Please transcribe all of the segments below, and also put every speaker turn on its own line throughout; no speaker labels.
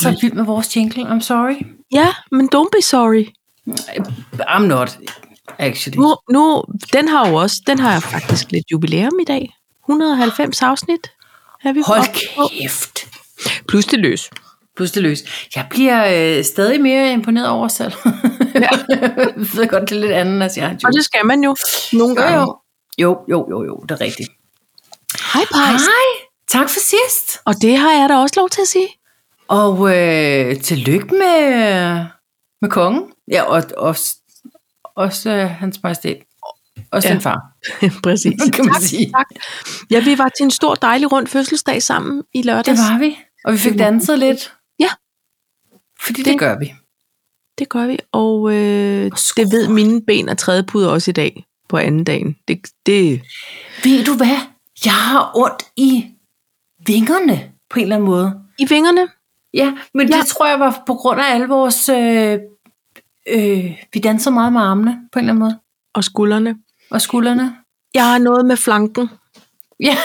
så vild med vores jingle, I'm sorry.
Ja, men don't be sorry.
I'm not, actually.
Nu, nu, den har jo også, den har jeg faktisk lidt jubilæum i dag. 190 afsnit er vi
Hold
oppe på.
kæft.
Plus det løs.
Pludselig løs. Jeg bliver øh, stadig mere imponeret over os selv.
Ja.
jeg ved godt, det er lidt andet, altså jeg har
Og det skal man jo nogle
Jo,
gange.
jo. Jo, jo, jo, jo, det er rigtigt.
Hej, Pajs.
Hej, tak for sidst.
Og det har jeg da også lov til at sige.
Og øh, tillykke med, med kongen. Ja, og også, også øh, hans majestæt. Også
Ja.
ja. sin far,
Præcis.
kan man sige.
Tak. Ja, vi var til en stor, dejlig rund fødselsdag sammen i
Det
lørdags.
var vi. Og vi fik
Det var-
danset lidt.
Ja.
Fordi det,
Det-
det gør vi.
Det gør vi, og øh, det ved mine ben og trædepuder også i dag på anden dagen. Det, det,
Ved du hvad? Jeg har ondt i vingerne på en eller anden måde.
I vingerne?
Ja, men
Ja.
ja. det tror jeg var på grund af alle vores... Øh, øh, vi danser meget med armene på en eller anden måde.
og skuldrene.
Og skuldrene.
Jeg har noget med flanken.
Ja,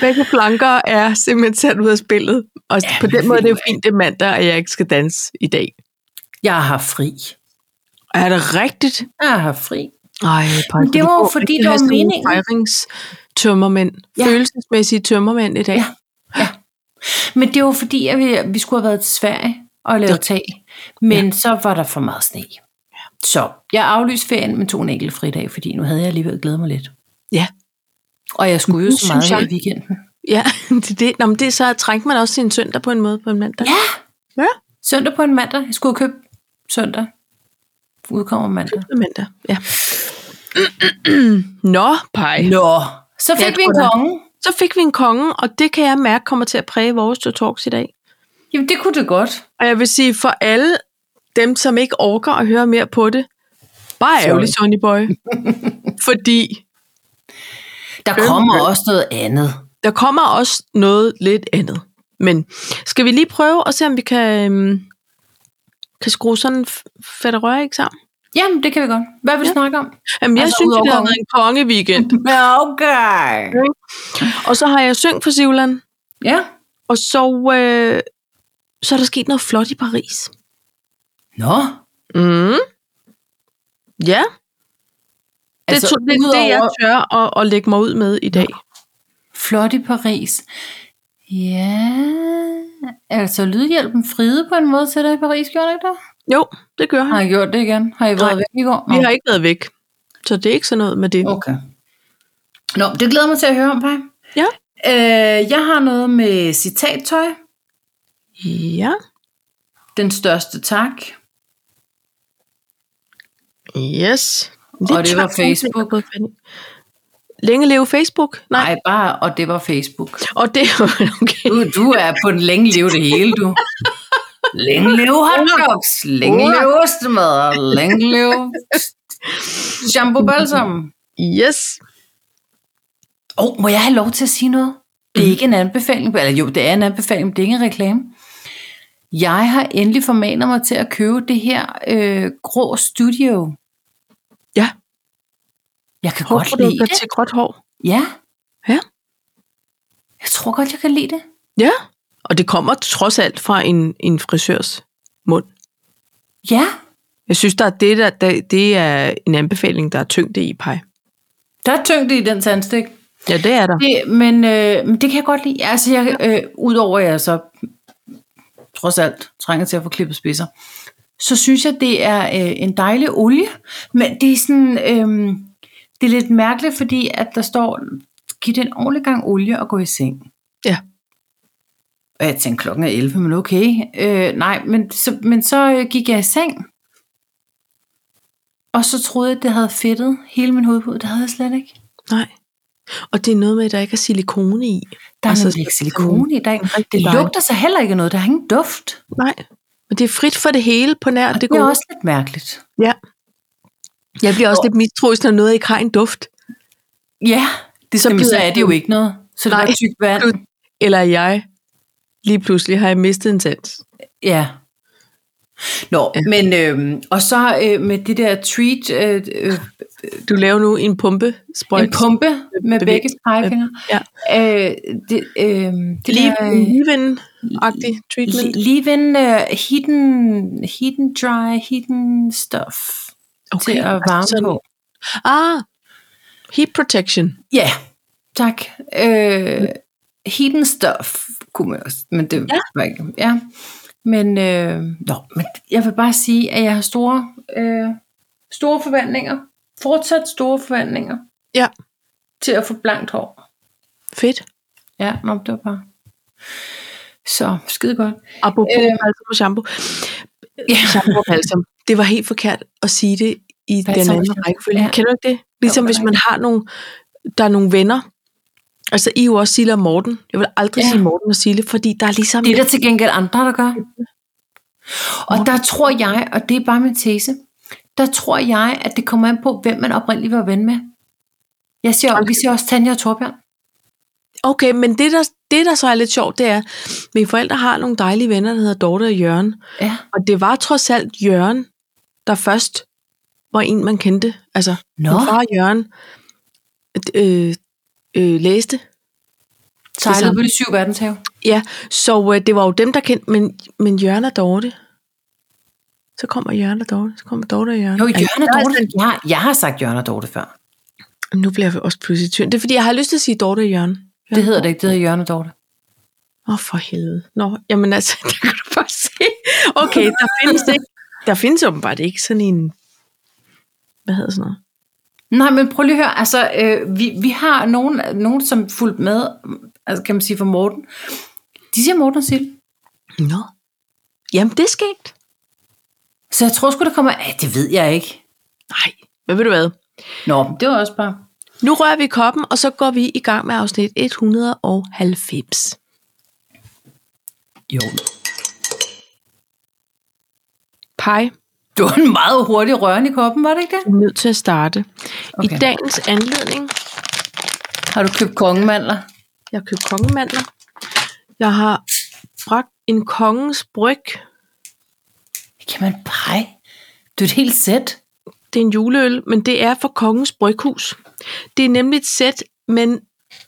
Begge flanker er simpelthen sat ud af spillet. Og ja,
Ja,
på den
men
måde det er det jo
ved
fint, det er mandag, at jeg ikke skal danse i dag.
jeg har fri.
Er det rigtigt?
Jeg har fri.
Ej, Paj,
Men det var jo fordi, det var meningen.
Fejringstømmermænd. Ja.
Ja.
Følelsesmæssige tømmermænd i dag.
Ja. Men det var fordi, at vi, vi skulle have været til Sverige og lavet tag. Men ja. så var der for meget sne. Så jeg aflyste ferien, men tog en enkelt fridag, fordi nu havde jeg alligevel glædet mig lidt.
Ja.
Og jeg skulle jo
Nu
så meget
synes jeg-
her i weekenden.
ja det, er det, nå, men det, er så trængte man også sin søndag på en måde på en mandag.
Ja.
Ja.
Søndag på en mandag. Jeg skulle købe søndag. Udkommer mandag.
På mandag, ja. Nå, Paj.
Nå, så fik
Jeg
vi en
tror da-
konge.
Så fik vi en konge, og det kan jeg mærke kommer til at præge vores to talks i dag.
Jamen, det kunne det godt.
Og jeg vil sige, for alle dem, som ikke orker at høre mere på det, bare
Sorry.
ærgerlig, Sonny Boy. Fordi
Der
Øm,
kommer
øm.
også noget andet.
der kommer også noget lidt andet. Men skal vi lige prøve at se, om vi kan, øhm, kan skrue sådan en fætterør ikke sammen?
Jamen, det kan vi godt. Hvad vil du
Ja.
snakke om?
Jamen, jeg
Altså,
altså, synes, jo,
udover
det har
kongen.
været en kongeweekend.
Okay.
og så har jeg syngt for Sivland,
Ja.
og så, øh, så er der sket noget flot i Paris.
Nå.
Mm. Ja, det,
Altså,
altså, det, det, det jeg
udover-
tør at, at lægge mig ud med i dag.
Flot i Paris. Ja, altså Lydhjælpen fride på en måde til dig i Paris, gjorde det ikke det?
Jo, det gør han.
Har I gjort det igen? Har I været
Nej,
væk i går?
Vi har ikke været væk. Så det er ikke sådan noget med det.
Okay. Nå, det glæder jeg mig til at høre om, Paj.
Ja.
Øh, jeg har noget med citattøj.
Ja.
Den største tak.
Yes.
Og det var Facebook.
Længe leve Facebook? Nej.
Nej, bare, og det var Facebook.
Og det okay.
Du, du er på den længe leve det hele, du. Længe leve hotdogs, længe leve ostemad, længe leve shampoo balsam.
Yes.
Åh, oh, må jeg have lov til at sige noget? Det er ikke en anbefaling, eller jo, det er en anbefaling, men det er ikke en reklame. Jeg har endelig formanet mig til at købe det her øh, grå studio.
Ja.
Jeg kan godt lide
Hårprodukter
det.
til gråt hår.
Ja.
Ja.
Jeg tror godt, jeg kan lide det.
Ja. Og det kommer trods alt fra en, en frisørs mund.
Ja.
Jeg synes, der er det, der, der, det er en anbefaling, der er tyngde i, Paj.
Der er tyngde i den tandstik.
Ja, det er der.
Det, men, øh, men det kan jeg godt lide. Altså, jeg, øh, udover at jeg så trods alt trænger til at få klippet spidser, så synes jeg, det er øh, en dejlig olie. Men det er sådan, øh, det er lidt mærkeligt, fordi at der står, giv det en ordentlig gang olie og gå i seng.
Ja.
Og jeg tænkte, klokken er 11, men okay. Øh, nej, men så, men så øh, gik jeg i seng. Og så troede jeg, at det havde fedtet hele min hovedpude. Det havde jeg slet ikke.
Nej. Og det er noget med, at der ikke er silikone i.
Der er
Altså,
altså, nemlig ikke silikone i dag.
rigtig
Det
dejligt.
lugter så heller ikke af noget. Der er ingen duft.
Nej. Men det er frit for det hele på nær
Og det,
det
det er
gode.
også lidt mærkeligt.
Ja. Jeg bliver også
Og-
lidt mistroisk, når noget ikke har en duft.
Ja, det,
Så
så, jamen, så
bliver
er det jo ikke noget. Så er det
Nej.
er tykt vand.
Du- Eller jeg. Lige pludselig har jeg mistet en sans.
Ja. Nå, ja. men øh, og så øh, med det der treat, øh, øh,
Du laver nu en pumpe.
en pumpe med
bevæg-
begge pegefingre.
Ja.
Øh, det, øh, det
Lige,
der, øh,
Even-agtig treatment.
Leave-in, uh, hidden, hidden dry, hidden stuff okay, til at varme
sådan-
på.
Ah, heat protection.
Ja, tak. Øh, hidden stuff kunne man også, men det
Ja.
var ikke. Ja. Men, øh, nå, men jeg vil bare sige, at jeg har store, øh, store forventninger. Fortsat store forventninger
Ja,
til at få blankt hår.
fedt.
Ja, nå, det var bare... Så, skide godt.
Apropos
Øhm.
øh, balsam og shampoo.
Ja.
Shampoo og balsam. Det var helt forkert at sige det i
Balsam
den
og
anden
shampoo,
rækkefølge.
ja.
Ja. Kender du ikke det? Ligesom
det er
hvis man har nogle, der er nogle venner. Altså, I er jo også Sille og Morten. Jeg vil aldrig
Ja.
ja. sige Morten og Sille, fordi der er ligesom...
Det er der til gengæld andre, der gør. Og der tror jeg, og det er bare min tese, der tror jeg, at det kommer an på, hvem man oprindeligt var ven med. Jeg siger, okay. vi siger også Tanja og Torbjørn.
Okay, men det der, det der så er lidt sjovt, det er, mine forældre har nogle dejlige venner, der hedder Dorte og Jørgen.
Ja.
Og det var trods alt Jørgen, der først var en, man kendte. Altså,
Nå,
min far Jørgen øh, øh, læste
sejlede
samme.
på de syv verdenshave.
Ja, så øh, det var jo dem, der kendte, men, men Jørgen og Dorte. Så kommer Jørgen og Dorte, så kommer Dorte og Jørgen.
Jo, Jørgen og
Ja,
Dorte. Jeg, har- jeg har sagt Jørgen og Dorte før.
Altså, nu bliver jeg også pludselig tynd. Det er, fordi jeg har lyst til at sige Dorte og Jørgen.
Det hedder det ikke, det hedder Jørgen og Dorte.
Åh, oh, for helvede. Nå, jamen altså, der kan du bare se. Okay, der findes ikke. Der findes åbenbart ikke sådan en... Hvad hedder sådan noget?
Nej, men prøv lige at høre, altså, øh, vi, vi har nogen, nogen, som fulgte med, altså, kan man sige for Morten. De siger Morten og Sil.
Nå. Jamen, det er skægt.
Så jeg tror sgu, der kommer, ja, det ved jeg ikke.
Nej, men ved du hvad?
Nå, men det var også bare,
Nu rører vi koppen, og så går vi i gang med afsnit 190.
jo,
Pej.
Det var en meget hurtig røren i koppen, var det ikke det?
er nødt til at starte. Okay.
Okay.
I dagens anledning,
Har du købt kongemandler?
jeg har købt kongemandler. Jeg har bragt en kongens bryg.
Kan man pege? Det er et helt sæt.
Det er en juleøl, men det er fra kongens bryghus. Det er nemlig et sæt, men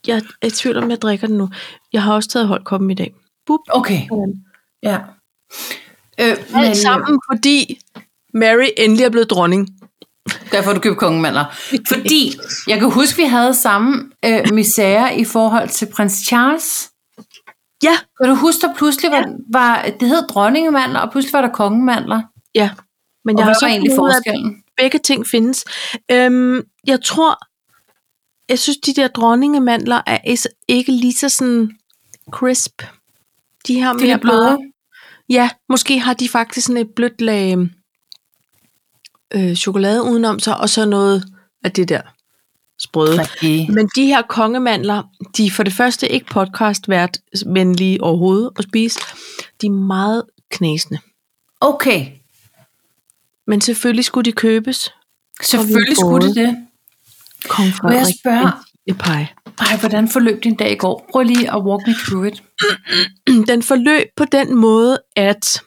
jeg er i tvivl om, jeg drikker den nu. Jeg har også taget holdkoppen i dag. Bup.
Okay, ja. Øh, men,
Alt sammen, fordi Mary endelig er blevet dronning.
Derfor har du købt kongemandler. Fordi, jeg kan huske, vi havde samme øh, misære i forhold til prins Charles.
Ja,
Kan du huske, der pludselig var, var det hed dronningemandler, og pludselig var der kongemandler?
ja. Men
Og
jeg
hvad
har
var
så
egentlig
fundet ud af,
forskellen?
begge ting findes. Øhm, jeg tror, jeg synes, de der dronningemandler er is- ikke lige så sådan crisp. De har
Det er
mere
lidt blødere.
bare- Ja, måske har de faktisk sådan et blødt lag øh, chokolade udenom sig, og så noget af det der sprøde.
Rigtig.
Men de her kongemandler, de er for det første ikke podcast vært venlige overhovedet at spise. De er meget knæsende.
Okay,
Men selvfølgelig skulle de købes.
selvfølgelig skulle det det.
Kong
Må jeg
Frederik
spørge?
en pege.
Ej, hvordan forløb din dag i går? Prøv lige at walk me through it.
den forløb på den måde, at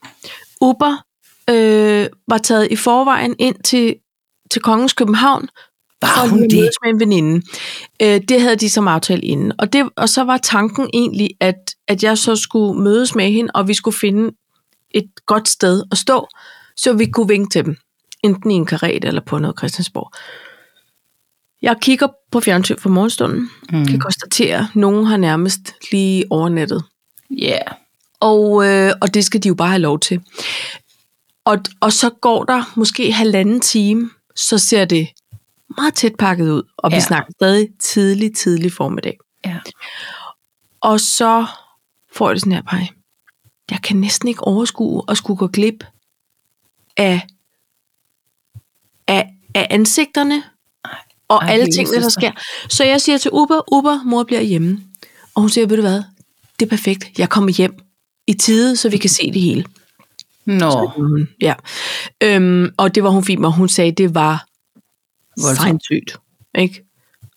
Uber øh, var taget i forvejen ind til, til Kongens København,
Var
og
hun det?
mødes med en veninde. Øh, det havde de som aftalt inden. Og, det, og så var tanken egentlig, at, at jeg så skulle mødes med hende, og vi skulle finde et godt sted at stå, så vi kunne vinke til dem. Enten i en karret eller på noget Christiansborg. Jeg kigger på fjernsyn for morgenstunden. Mm. Kan konstatere, at nogen har nærmest lige overnattet.
Ja. Yeah.
Og, øh, og det skal de jo bare have lov til. Og, og så går der måske halvanden time, så ser det meget tæt pakket ud, og ja.
Ja.
vi snakker stadig tidlig, tidlig formiddag.
Ja.
Og så får jeg det sådan her, pej. Jeg kan næsten ikke overskue at skulle gå glip af, af, af ansigterne og
Ej,
alle
lille
tingene, der
søster.
sker. Så jeg siger til Uber, Uber, mor bliver hjemme. Og hun siger, ved du hvad, det er perfekt. Jeg kommer hjem i tide, så vi kan se det hele.
Nå.
Mm, ja. Øhm, og det var hun fint med. Hun sagde, det var
Voldsomt.
sindssygt. Ikke?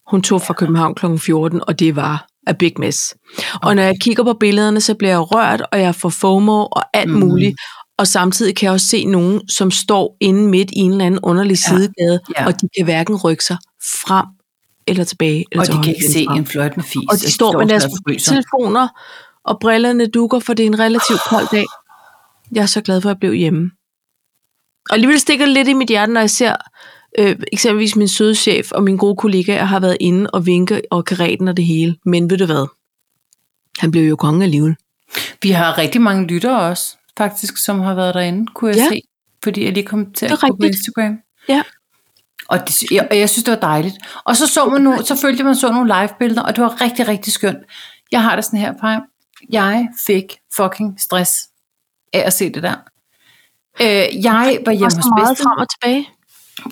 Hun tog fra København kl. 14, og det var a big mess. Og når jeg kigger på billederne, så bliver jeg rørt, og jeg får FOMO og alt mm. muligt. Og samtidig kan jeg også se nogen, som står inde midt i en eller anden underlig
Ja.
sidegade,
Ja.
og de kan hverken rykke sig frem eller tilbage. Eller
Og
til
de kan
højre
ikke
eller
se
frem.
en fløjt med fis.
Og de står med deres
sådan og fryser.
telefoner, og brillerne dukker, for det er en relativt kold dag. Jeg er så glad for, at jeg blev hjemme. Og alligevel stikker det lidt i mit hjerte, når jeg ser øh, eksempelvis min søde chef og mine gode kollegaer har været inde og vinke og karetten og det hele. Men ved du hvad? Han blev jo konge alligevel.
Vi har rigtig mange lyttere også, faktisk, som har været derinde, kunne jeg
Ja.
ja. se. Fordi jeg lige kom til at
Det er
gå på
rigtigt.
Instagram.
Ja.
Og, det, jeg, og jeg synes, det var dejligt. Og så så man nogle, så følte man så nogle live-billeder, og det var rigtig, rigtig skønt. Jeg har det sådan her, Paj. Jeg fik fucking stress af at se det der. Øh, jeg var
Og
hjemme
så
hos
meget
bedste.
frem og tilbage.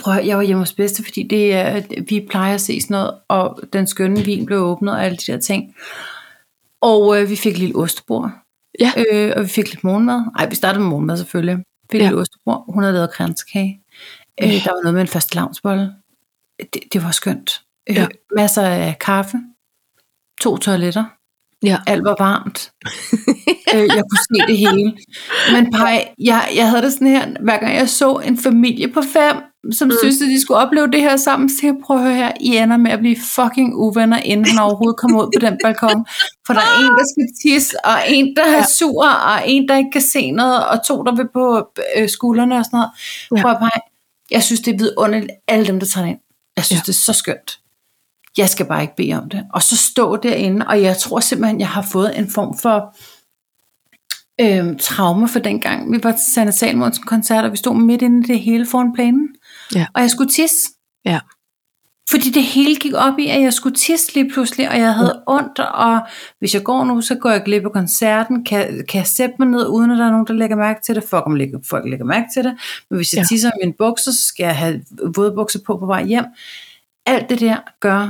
Prøv, at høre, jeg var hjemme hos bedste, fordi det, er- vi plejer at se sådan noget, og den skønne vin blev åbnet og alle de der ting. Og øh, vi fik et lille ostebord.
Ja.
Øh, og vi fik lidt morgenmad. Nej, vi startede med morgenmad selvfølgelig. Vi fik
Ja.
ja. lidt ostebord. Hun havde lavet kranskage. Øh, der var noget med en fast lavnsbolle. Det, det var skønt. Øh,
Ja.
Masser af kaffe. To toiletter.
Ja.
Alt var varmt. øh, jeg kunne se det hele. Men pej, jeg, jeg havde det sådan her, hver gang jeg så en familie på fem, som mm. synes, at de skulle opleve det her sammen, så jeg prøver at høre her, I ender med at blive fucking uvenner, inden han overhovedet kommer ud på den balkon. For der er en, der skal tisse, og en, der er sur, og en, der ikke kan se noget, og to, der vil på øh, skuldrene og sådan noget.
Ja.
Ja. Prøv at pege. Jeg synes, det er vidunderligt, alle dem, der tager det ind. Jeg synes,
Ja.
ja. det er så skønt jeg skal bare ikke bede om det. Og så stå derinde, og jeg tror simpelthen, jeg har fået en form for øhm, traume for den gang. Vi var til Sanne Salmonsen koncert, og vi stod midt inde i det hele foran planen.
Ja.
Og jeg skulle tisse.
Ja.
Fordi det hele gik op i, at jeg skulle tisse lige pludselig, og jeg havde ondt, og hvis jeg går nu, så går jeg glip af koncerten. Kan, kan jeg sætte mig ned, uden at der er nogen, der lægger mærke til det? Fuck, om lægger, folk lægger mærke til det. Men hvis jeg
Ja.
ja. tisser i mine bukser, så skal jeg have våde bukser på på vej hjem. Alt det der gør,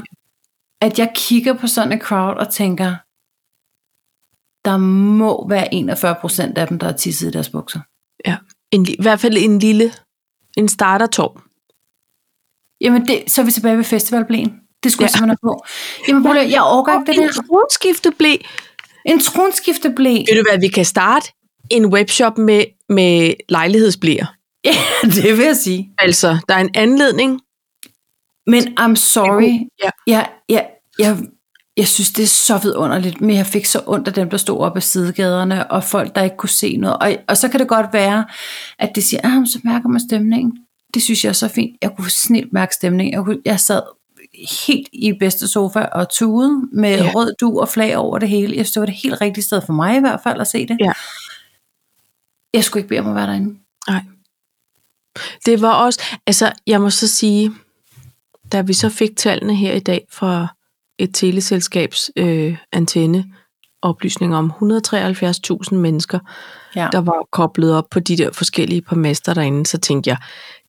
at jeg kigger på sådan et crowd og tænker, der må være 41 procent af dem, der har tisset i deres bukser.
En, li- I hvert fald en lille, en startertorv.
Jamen, det, så er vi tilbage ved festivalblæen. Det skulle
Ja.
ja. jeg simpelthen have på. Jamen, prøv lige, at- jeg overgår ikke det
en
der.
tronskifte blev
En tronskifteblæ.
Ved du hvad, vi kan starte en webshop med, med lejlighedsblæer.
Ja, det vil jeg sige.
Altså, der er en anledning.
Men I'm sorry.
Ja.
Jeg, jeg, jeg, jeg synes, det er så vidunderligt, men jeg fik så ondt af dem, der stod oppe af sidegaderne, og folk, der ikke kunne se noget. Og, og så kan det godt være, at det siger, ah, men så mærker man stemningen. Det synes jeg er så fint. Jeg kunne snilt mærke stemningen. Jeg, kunne, jeg sad helt i bedste sofa og tude med
Ja.
ja. rød du og flag over det hele. Jeg synes, det var det helt rigtige sted for mig i hvert fald at se det.
Ja.
Jeg skulle ikke bede om at være derinde.
Nej. Det var også, altså jeg må så sige, da vi så fik tallene her i dag fra et teleselskabs øh, antenne, oplysning om 173.000 mennesker,
Ja.
der var koblet op på de der forskellige par master derinde, så tænkte jeg,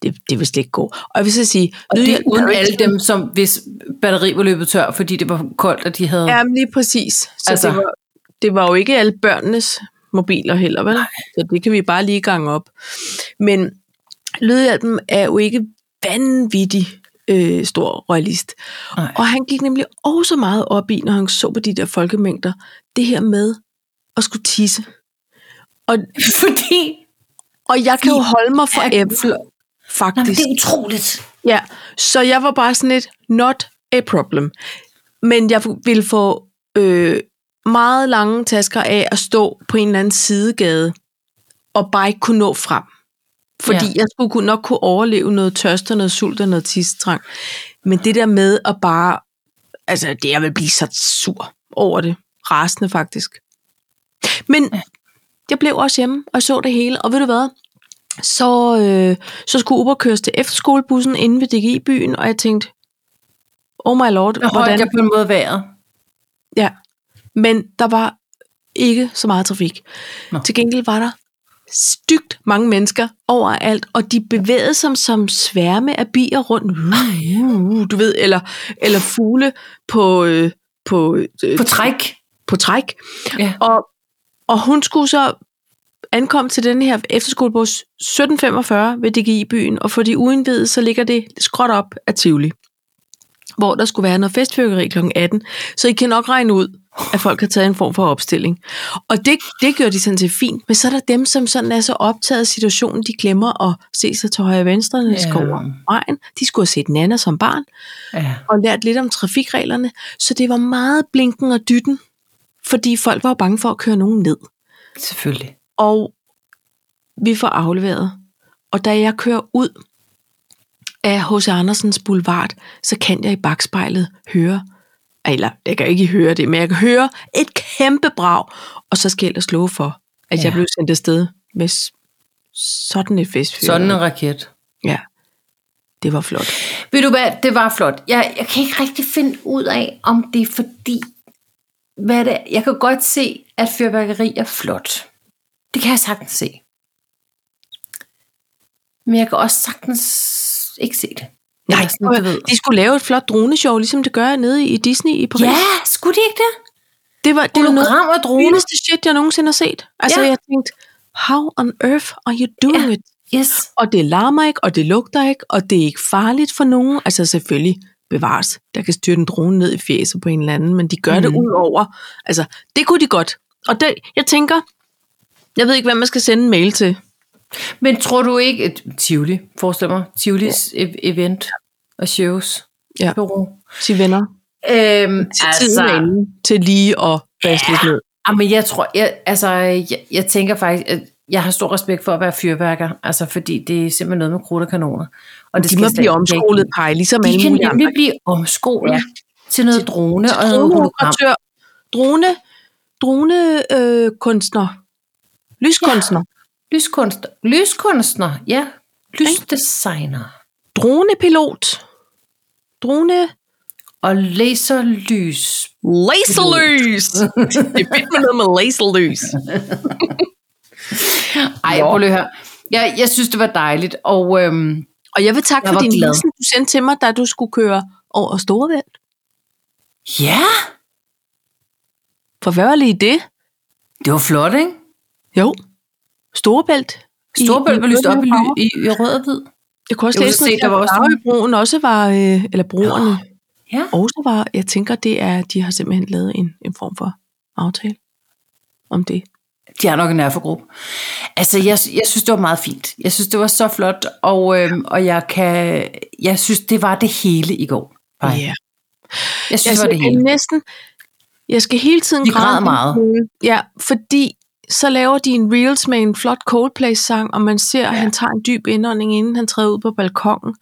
det, det vil slet ikke gå. Og jeg vil så sige,
Og det er
lydhjælpen
uden
jo ikke
alle dem, som hvis batteri var løbet tør, fordi det var koldt, og de havde...
Ja, men lige præcis. Så
Altså.
altså. det, var, det var jo ikke alle børnenes mobiler heller, vel? Så det kan vi bare lige gange op. Men Lydhjælpen er jo ikke vanvittig øh, stor royalist.
Nej.
Og han gik nemlig også meget op i, når han så på de der folkemængder, det her med at skulle tisse. Og,
Fordi
og jeg kan jo holde mig for
at-
æbler,
Nå, men
faktisk.
det er utroligt.
Ja, så jeg var bare sådan lidt, not a problem. Men jeg ville få øh, meget lange tasker af at stå på en eller anden sidegade, og bare ikke kunne nå frem. Fordi ja.
Ja.
jeg skulle kunne- nok kunne overleve noget tørst og noget sult og noget tistrang. Men det der med at bare, altså det, jeg vil blive så sur over det. Rasende faktisk. Men jeg blev også hjemme og så det hele, og ved du hvad? Så, øh, så skulle Uber køres til efterskolebussen inde ved DGI-byen, og jeg tænkte, oh my lord,
Der holdt
hvordan?
jeg på en måde vejret.
Ja. Men der var ikke så meget trafik. Nå.
Nå.
Til gengæld var der stygt mange mennesker overalt, og de bevægede sig som sværme af bier rundt. Uh, Du ved, eller, eller fugle på, øh, på, øh,
På træk.
på træk.
Ja.
Og, og hun skulle så ankomme til den her efterskolebus 1745 ved DGI-byen, og for de uindvidede, så ligger det skråt op af Tivoli, hvor der skulle være noget festfyrkeri kl. 18. Så I kan nok regne ud, at folk har taget en form for opstilling. Og det, det gør de sådan set fint, men så er der dem, som sådan er så optaget af situationen, de glemmer at se sig til højre og venstre, når de skal
Ja.
over vejen. De skulle have set Nana som barn,
Ja.
og lært lidt om trafikreglerne, så det var meget blinken og dytten, fordi folk var jo bange for at køre nogen ned.
Selvfølgelig.
Og vi får afleveret. Og da jeg kører ud af H.C. Andersens Boulevard, så kan jeg i bagspejlet høre, eller jeg kan ikke høre det, men jeg kan høre et kæmpe brag, og så skal jeg ellers love for, at ja. jeg
Ja.
blev sendt afsted med s- sådan et festfyr.
Sådan en raket.
Ja. Det var flot.
Ved du hvad, det var flot. Jeg, jeg kan ikke rigtig finde ud af, om det er fordi, hvad det er. Jeg kan godt se, at fyrværkeri er flot. Det kan jeg sagtens se. Men jeg kan også sagtens ikke se det. Eller
Nej,
sådan, du ved.
de skulle lave et flot droneshow, ligesom det gør nede i Disney i Paris.
Ja, skulle de ikke det?
det var, det var noget
Hologram og
det
drone.
fineste shit, jeg nogensinde har set. Altså,
Ja.
jeg tænkte, how on earth are you doing
Ja.
it?
Yes.
Og det larmer ikke, og det lugter ikke, og det er ikke farligt for nogen. Altså selvfølgelig bevares. Der kan styre en drone ned i fjeset på en eller anden, men de gør mm. det
Mhm.
ud over. Altså, det kunne de godt. Og det, jeg tænker, jeg ved ikke, hvem man skal sende en mail til.
Men tror du ikke, at Tivoli, forestil mig, Tivolis ja. event og shows,
Ja.
bureau.
Til venner.
Øhm,
Til altså, tiden er inde til lige at basse lidt ned.
Ah, men jeg tror, jeg, altså, jeg, jeg tænker faktisk, at jeg har stor respekt for at være fyrværker, altså fordi det er simpelthen noget med krudt og kanoner. Og det
De må blive omskolet, Paj, ligesom alle
De kan
mulige andre.
nemlig blive omskolet ja. til noget drone og noget hologram.
droneoperatør, drone, drone øh, kunstner, lyskunstner, ja.
Lyskunstner, lyskunstner, ja. Lysdesigner.
dronepilot, drone
Og laserlys.
laserlys. det er fedt med noget med laserlys.
Ej, prøv lige at høre. Jeg, jeg synes, det var dejligt, og øhm,
Og jeg vil takke
Jeg
for
var
din
glad.
hilsen, du sendte til mig, da du skulle køre over Storevæld.
ja,
For hvad var lige det?
det var flot, ikke?
Jo, Storebælt. I-
Storbøl
i-
var lyst op i,
farver.
ly- i, i rød og hvid.
Jeg kunne også
Jeg
læse
kunne
noget,
se, der var også-
Broen også var, øh, eller broerne
Ja.
også var, jeg tænker, det er, de har simpelthen lavet en, en form for aftale om det.
De har nok en nervegruppe. Altså, jeg, jeg synes, det var meget fint. Jeg synes, det var så flot, og, øhm, og jeg kan... Jeg synes, det var det hele i går. Paj.
Ja.
Jeg synes, det
Jeg,
var
skal,
det
jeg,
hele.
næsten, jeg skal hele tiden
De græd
en lille
meget.
smule. Ja, fordi så laver de en reels med en flot Coldplay-sang, og man ser, at han tager en dyb indånding, inden han træder ud på balkongen.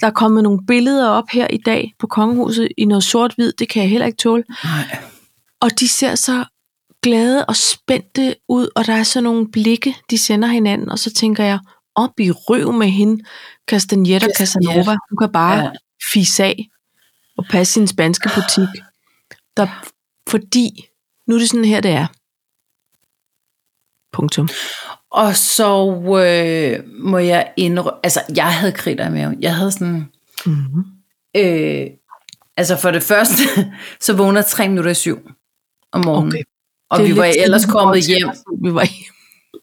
Der er kommet nogle billeder op her i dag på kongehuset i noget sort-hvid. Det kan jeg heller ikke tåle.
Nej.
Og de ser så glade og spændte ud, og der er sådan nogle blikke, de sender hinanden, og så tænker jeg, op i røv med hende, Castaneda
Castaneda.
Casanova, hun kan bare ja.
Ja.
fise af og passe sin spanske butik. Der, fordi, nu er det sådan her, det er. Punktum.
Og så øh, må jeg indrømme... Altså, jeg havde kritter i maven. Jeg havde sådan...
Mm-hmm.
Øh, altså, for det første, så vågner jeg tre minutter i syv om morgenen.
Okay.
Okay. Og vi var ellers kommet hjem
Vi var hjem.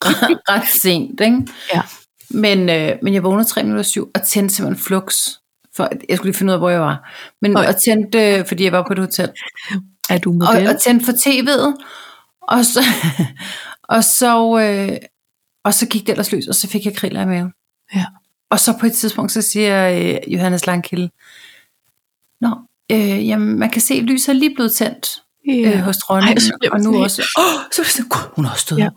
ret sent, ikke?
Ja.
Men, øh, men jeg vågnede 3 minutter syv og tændte simpelthen flux. For, at- jeg skulle lige finde ud af, hvor jeg var. Men
Oj.
og tændte, øh, fordi jeg var på et hotel.
Er du
Og,
model?
og tændte for tv'et. Og så, og, så, øh, og så gik det ellers løs, og så fik jeg kriller i maven.
Ja.
Og så på et tidspunkt, så siger øh, Johannes Langkilde, Nå, øh, jamen, man kan se, at lyset er lige blevet tændt øh,
Ja.
hos dronningen,
Ej, så bliver
og
man sådan
nu
helt-
også, åh, så bliver jeg sådan, "Gud, hun har også stået
Ja.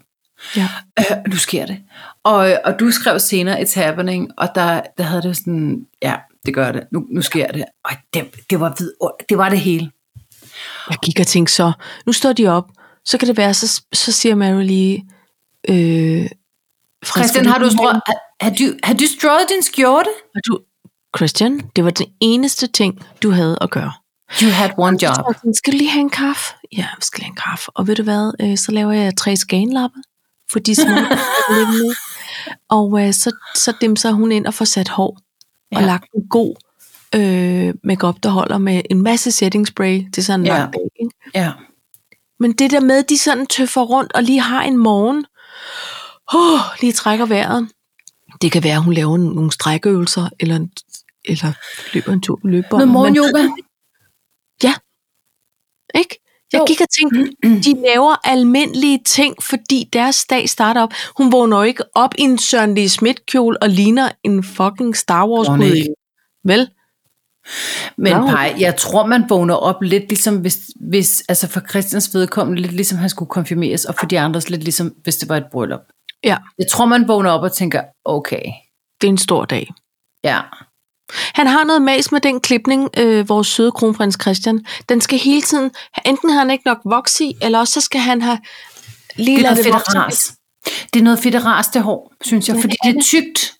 ja.
Ja.
Øh, nu sker det. Og, øh, og du skrev senere It's Happening, og der, der havde det sådan, ja, det gør det, nu, nu sker det. Og det, det, var vid, det var det hele.
Jeg gik og tænkte så, nu står de op, så kan det være, så, så siger Mary lige, øh,
Christian, har du, strø, har, har, du, har du strøget din skjorte?
har du Christian, det var den eneste ting, du havde at gøre.
You had one
Så
job.
jeg sådan, skal du lige have en kaffe? Ja, vi skal lige have en kaffe. Og ved du hvad, øh, så laver jeg tre skanlapper, for de små. og øh, så, så dimser hun ind og får sat hår, ja. og
Ja.
lagt en god øh, makeup der holder med en masse setting spray til sådan en
Ja.
lang dag. Ikke?
Ja.
Men det der med, at de sådan tøffer rundt og lige har en morgen, oh, lige trækker vejret. Det kan være, at hun laver n- nogle strækøvelser, eller, en- eller løber en tur på
Noget
løbebåndet. men-
morgenyoga.
Ja, ikke? Jeg
Jo.
gik og tænkte, de laver almindelige ting, fordi deres dag starter op. Hun vågner jo ikke op i en Søren Lee Smith-kjole og ligner en fucking Star wars
Gør hun
gudinde.
ikke.
Vel?
Men
Nå.
Paj, jeg tror, man vågner op lidt ligesom, hvis, hvis altså for Christians vedkommende, lidt ligesom han skulle konfirmeres, og for de andres lidt ligesom, hvis det var et bryllup.
Ja,
Jeg tror, man vågner op og tænker, okay,
det er en stor dag.
ja,
Han har noget mas med den klipning, øh, vores søde kronprins Christian. Den skal hele tiden, enten har han ikke nok voks i, eller også så skal han have lige
det er
lade
noget
det
fedt
vokse.
ras. Det er noget fedt ras, det hår, synes jeg, fordi det er tykt.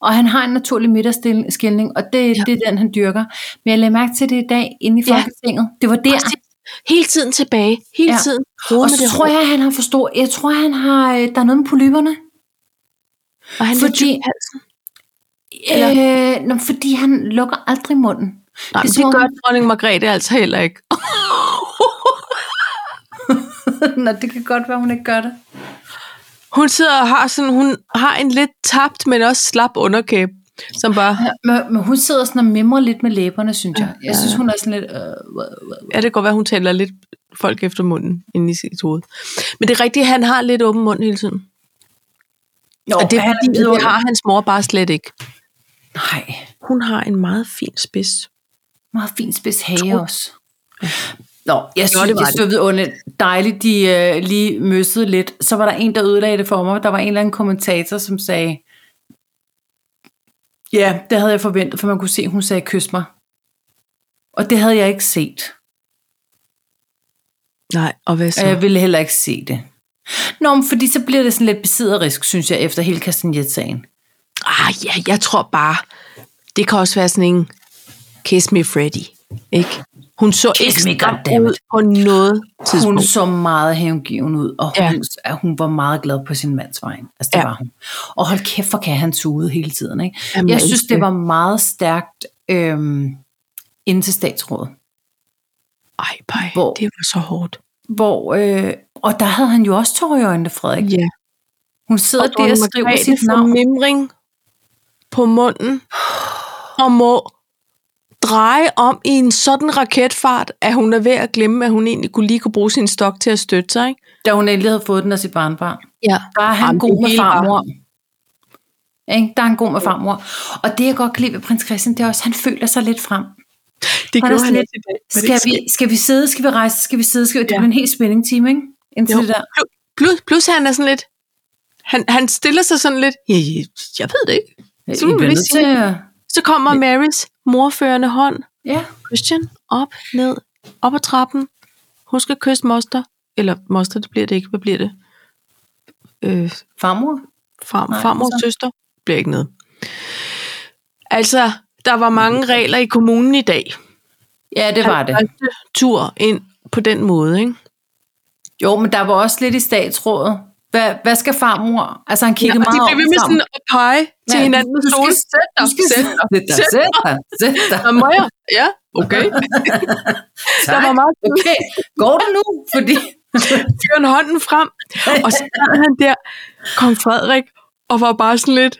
Og han har en naturlig midterskilning, og det, ja. det er den, han dyrker. Men jeg lagde mærke til det i dag inde i
Ja.
Folketinget. Det var der.
Præcis. Hele tiden tilbage, hele
Ja.
ja. tiden. Rode
Og
med
så
det
tror
hår,
jeg, han har for stor. Jeg tror, han har, øh, der er noget med polypperne.
og han er lidt
fordi-
tyk i halsen.
Øh, nå, fordi han lukker aldrig munden.
Nej,
det
det,
er
det
som om-
gør dronning Margrethe altså heller ikke.
Nå, det kan godt være, hun ikke gør det.
Hun sidder og har sådan, hun har en lidt tabt, men også slap underkæbe, som bare,
Men, men hun sidder sådan og mimrer lidt med læberne, synes jeg. Jeg synes, hun er sådan lidt... Øh, hvad, hvad.
ja, det kan godt være, hun taler lidt folk efter munden inde i sit hoved. Men det er rigtigt, han har lidt åben mund hele tiden.
Nå,
og det er
han
fordi,
vidunderlig.
det har hans mor bare slet ikke.
Nej,
Hun har en meget fin spids.
meget fin spids hage også. Nå, jeg
Nå,
synes,
det
det
var
var det. Under. dejligt, de øh, lige møssede lidt. Så var der en, der ødelagde det for mig. Der var en eller anden kommentator, som sagde, ja, det havde jeg forventet, for man kunne se, hun sagde, kys mig. Og det havde jeg ikke set.
Nej, og hvad så?
Og jeg Øh, ville heller ikke se det. Nå, men fordi så bliver det sådan lidt besidderisk, synes jeg, efter hele Kastanjet-sagen.
Ah, ja, jeg tror bare, det kan også være sådan en kiss me Freddy, ikke? Hun så
Kiss
ikke
me,
stram
goddammit.
ud på noget tidspunkt.
Hun så meget hengiven ud, og hun,
Ja.
ja. hun var meget glad på sin mands vejen. Altså, det
Ja.
ja. var hun. Og hold kæft, hvor kan han suge hele tiden. Ikke?
Jamen,
jeg
jeg
synes,
elsker
det
det.
var meget stærkt øhm, inden til statsrådet.
Ej, pej,
Hvor-
det var så hårdt.
Hvor, øh, og der havde han jo også tårer i øjnene, Frederik.
Ja.
Hun sidder
Og
der og skriver sit navn.
mimring på munden og må dreje om i en sådan raketfart, at hun er ved at glemme, at hun egentlig kunne lige kunne bruge sin stok til at støtte sig. Ikke?
Da hun endelig havde fået den af sit barnbarn.
Ja.
Der er han
Jamen,
Jamen,
det
god med
hele var-
farmor. Ikke? Der er han god med farmor. Og det, jeg godt kan lide ved prins Christian, det er også, at han føler sig lidt frem.
Det
Han er
gjorde
sådan
han
lidt,
også i dag, men
Skal
det
vi, skal vi sidde? Skal vi rejse? Skal vi sidde? Skal vi? Det
Ja.
bliver en helt spændingstime, ikke? Indtil
Jo.
det der.
Plus, plus han er sådan lidt, han, han stiller sig sådan lidt, ja, ja, jeg ved det ikke. Så må
I
vi
bliver
lige
nødt
sige-
til at...
Så kommer Marys morførende hånd,
Ja.
Christian, op, ned, op ad trappen. Hun skal kysse moster, eller moster, det bliver det ikke, hvad bliver det? Øh,
Farmor?
far,
Nej,
farmors
så-
søster, bliver ikke noget. Altså, der var mange regler i kommunen i dag.
Ja, Mm. det var det.
Første tur ind på den måde, ikke?
Jo, men der var også lidt i statsrådet. Hvad, hvad skal farmor? Altså, han
Ja,
kiggede
og de
meget
blev ved med sådan at pege til
Ja,
hinanden med
du skal-
solen. Sæt dig,
Du skal
sæt dig,
sætte dig,
sæt dig.
sæt dig, sæt dig.
Nå, må jeg? Ja, okay. Der
Tak.
var meget tid.
Okay, går det nu? Fordi...
Fyren hånden frem, og så sad han der, kong Frederik, og var bare sådan lidt,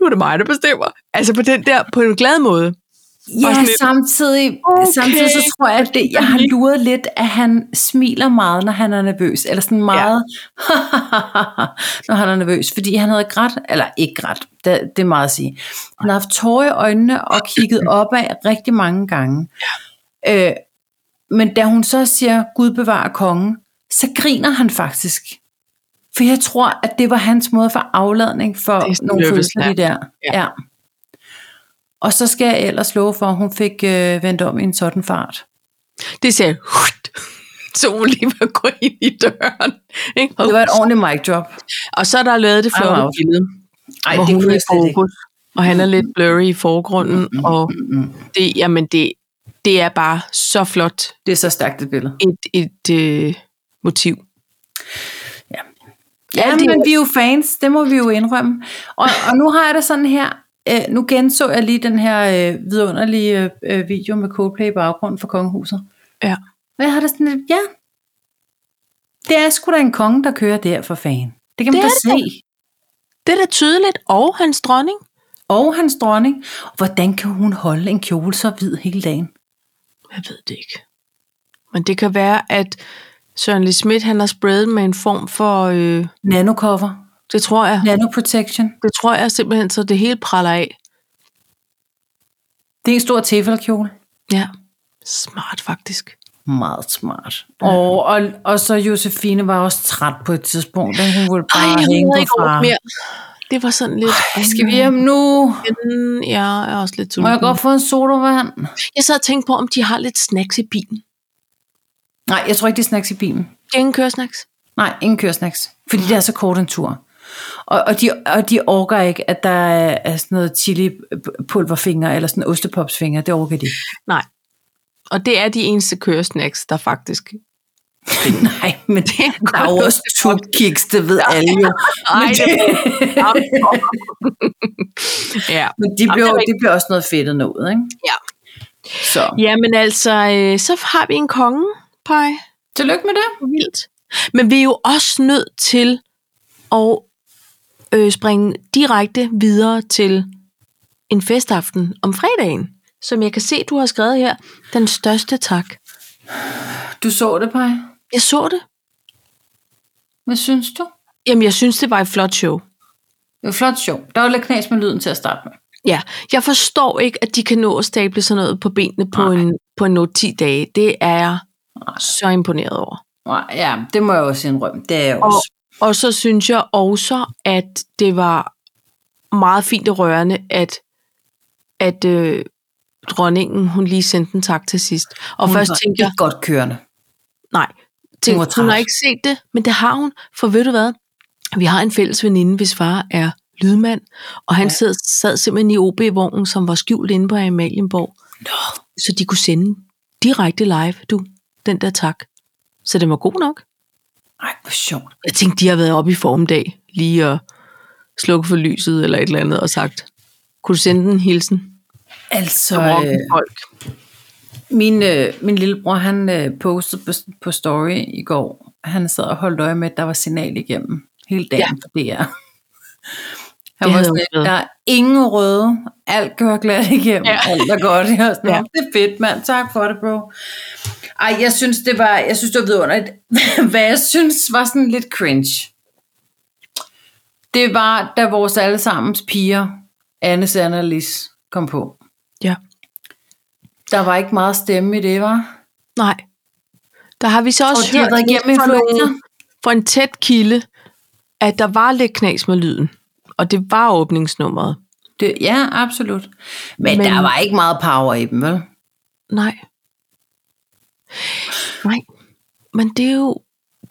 nu er det mig, der bestemmer. Altså på den der, på en glad måde. Og
Ja,
sådan lidt,
samtidig,
okay.
okay. samtidig så tror jeg, at det, jeg har luret lidt, at han smiler meget, når han er nervøs. Eller sådan meget, ja. når han er nervøs. Fordi han havde grædt, eller ikke grædt, det, det er meget at sige. Han har haft tårer i øjnene og kigget opad rigtig mange gange. Ja. Øh, men da hun så siger, Gud bevarer kongen, så griner han faktisk. For jeg tror, at det var hans måde for afladning for
Det er sådan
nogle
lykkes,
følelser, de der.
Ja.
ja. Og så skal jeg ellers love for, at hun fik øh, vendt om i en sådan fart.
Det sagde, hut, så hun lige var gå ind i døren. Ikke?
Det var et ordentligt mic drop.
Og så er der lavet det
Ej,
flotte
wow.
billede,
Ej,
hvor hun er i fokus, og han er lidt blurry i
Mm,
forgrunden, og det, jamen det, det er bare så flot
Det er så stærkt et billede.
et, et øh, motiv.
Ja,
det-
det... men vi er jo fans, det må vi jo indrømme. Og, og nu har jeg det sådan her, øh, nu genså jeg lige den her øh, vidunderlige øh, video med Coldplay i baggrunden for kongehuset.
Ja.
Og jeg har det sådan lidt, ja, det er sgu da en konge, der kører der for fan. Det kan man
Det
det
er
da se.
Det er da tydeligt, og hans dronning.
Og hans dronning, hvordan kan hun holde en kjole så hvid hele dagen?
Jeg ved det ikke. Men det kan være, at Søren Lee Schmidt, han har spredet med en form for... Øh,
Nanocover.
det tror jeg.
Nanoprotection.
Det tror jeg simpelthen, så det hele praller af.
Det er en stor tefalkjole.
Ja. Smart faktisk.
Meget smart. Og, og, og så Josefine var også træt på et tidspunkt. Den hun ville bare
jeg
hænge
gider
på far.
orke Det var sådan lidt...
Ej, Skal vi hjem nu?
Mm, Ja, jeg er også lidt
Må jeg
sulten.
godt få en sodavand?
Jeg sad og tænkte på, om de har lidt snacks i bilen.
Nej, jeg tror ikke, det er snacks i bilen.
Det er ingen køresnacks.
Nej, ingen køresnacks. Fordi det er så kort en tur. Og, og, de, og de orker ikke, at der er er sådan noget chili pulverfinger eller sådan ostepopsfinger. Det orker de. ikke.
Nej. Og det er de eneste køresnacks, der faktisk...
Nej, men det
er
der er jo
godt
også tutkiks, det ved alle jo.
Ej,
Men,
det
det,
ja.
men de bliver,
Jamen, det er
det bliver også noget fedtet noget, ikke?
Ja.
Så
Jamen altså, øh, så har vi en konge, Paj.
tillykke med det.
Vildt. Men vi er jo også nødt til at øh, springe direkte videre til en festaften om fredagen, som jeg kan se, du har skrevet her. Den største tak.
Du så det, Paj.
Jeg så det.
Hvad synes du?
Jamen, jeg synes, det var et flot show.
Det var flot sjov. Der var lidt knas med lyden til at starte med.
Ja, jeg forstår ikke, at de kan nå at stable sådan noget på benene på
Nej.
en, på en 10 dage. Det er jeg så imponeret over.
Nej, Ja, det må jeg også indrømme. Det er jeg
Og,
også.
og så synes jeg også, at det var meget fint og rørende, at, at øh, dronningen, hun lige sendte en tak til sidst. Og hun først
var
tænkte jeg,
ikke godt kørende.
nej, tænkte,
var
hun, hun har
træt.
ikke set det, men det har hun, for ved du hvad? Vi har en fælles veninde, hvis far er lydmand, og han ja. sad, sad simpelthen i OB-vognen, som var skjult inde på Amalienborg,
Nå,
så de kunne sende direkte live, du, den der tak. Så den var god nok.
nej, hvor sjovt.
Jeg tænkte, de har været oppe i formdag, lige at slukke for lyset eller et eller andet, og sagt, kunne du sende en hilsen?
Altså,
Så,
øh,
folk.
min, øh, min lillebror, han øh, postede på, på story i går. Han sad og holdt øje med, at der var signal igennem hele dagen ja. på DR. Han
Det
var
havde
sådan,
jeg
lidt,
også
der er ingen røde, alt kører glat igennem,
Ja.
ja. alt er godt. Jeg var sådan,
Ja.
ja. det er fedt, mand, tak for det, bro. Ej, jeg synes, det var, jeg synes, det var vidunderligt. Hvad jeg synes var sådan lidt cringe. Det var, da vores allesammens piger, Anne, Sanne og Lis, kom på.
Ja.
Der var ikke meget stemme i det, var?
Nej. Der har vi så også
Og de har været
lidt
igennem
fra
influenza.
nogle- fra en tæt kilde, at der var lidt knas med lyden. Og det var åbningsnummeret.
Det, ja, absolut. Men,
Men-
Men, der var ikke meget power i dem, vel?
Nej. Nej. Men det er jo,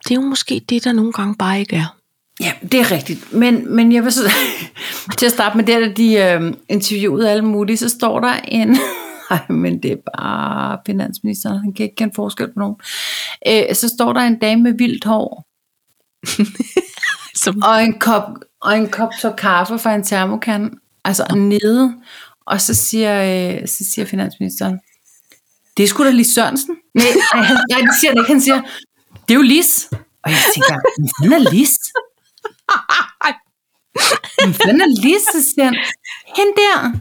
det er jo måske det, der nogle gange bare ikke er.
Ja, det er rigtigt. Men, men jeg vil så, til at starte med det, da de øh, interviewede alle mulige, så står der en... Ej, men det er bare finansministeren, han kan ikke kende forskel på nogen. Øh, så står der en dame med vildt hår,
Som,
og en kop, og en kop så kaffe fra en termokan, altså nede, og så siger, øh, så siger finansministeren, det er sgu da Lis Sørensen. Nej, nej, han, nej, det siger han ikke. Han siger, det er jo Lis. Og jeg tænker, hvem fanden er Lis? Hvem fanden er Lis? Så siger han, hende der.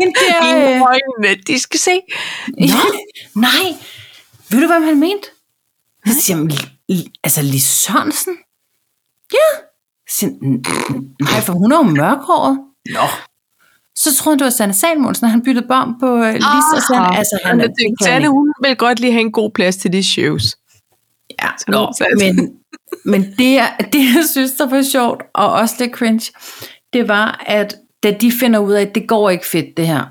Hende der. Øh,
Dine øjne, de skal se.
Nå, nej. Ved du, hvad han mente? Så siger han, "L- L- altså Lis Sørensen? Ja. Så siger han, "N- n- nej, for hun er jo mørkhåret. Nå. Så troede han, det var Sanne Salmonsen, og han byttede børn på øh, Lis, og sagde,
Ah,
altså han
men
er
det tænkte jeg,
ikke.
Sanne, hun vil godt lige have en god plads til de shows.
Ja,
Så
nå,
hun sagde sådan.
men, men det, jeg- det, jeg synes, der var sjovt, og også lidt cringe, det var, at da de finder ud af, at det går ikke fedt, det her,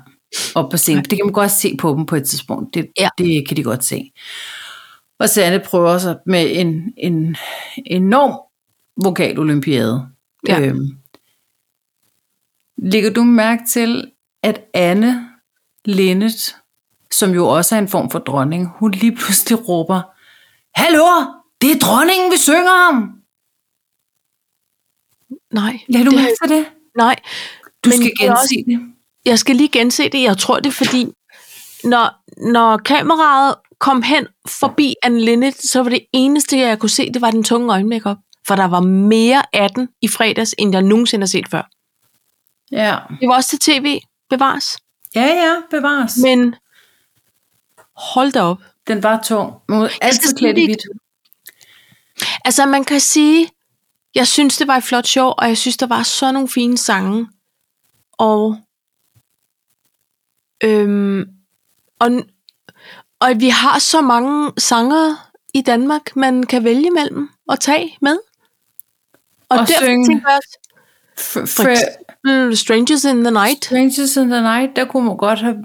op på scenen. Det kan man godt se på dem på et tidspunkt. Det,
Ja.
ja. det kan de godt se. Og Sanne prøver sig med en, en enorm vokalolympiade.
Ja.
Øhm, Lægger du mærke til, at Anne Linnet, som jo også er en form for dronning, hun lige pludselig råber, Hallo, det er dronningen, vi synger om.
Nej.
Lad du
det,
mærke til det?
Nej.
Du
Men
skal
det er også-
gense det.
Jeg skal lige gense det. Jeg tror det, er, fordi når, når kameraet kom hen forbi Anne Linnet, så var det eneste, jeg kunne se, det var den tunge øjenmakeup. For der var mere af den i fredags, end jeg nogensinde har set før.
Ja,
Det var også til tv, bevares.
ja, ja bevares.
Men Hold da op.
Den var tung. Man må altid
sådan
klæde det
lidt-
hvidt.
Altså, man kan sige, jeg synes, det var et flot show, og jeg synes, der var så nogle fine sange. Og, øhm, og, og at vi har så mange sanger i Danmark, man kan vælge mellem og tage med.
Og
Og, derfor
synge.
tænker jeg også,
F-
for eksempel Strangers in the Night.
Strangers in the Night, der kunne man godt have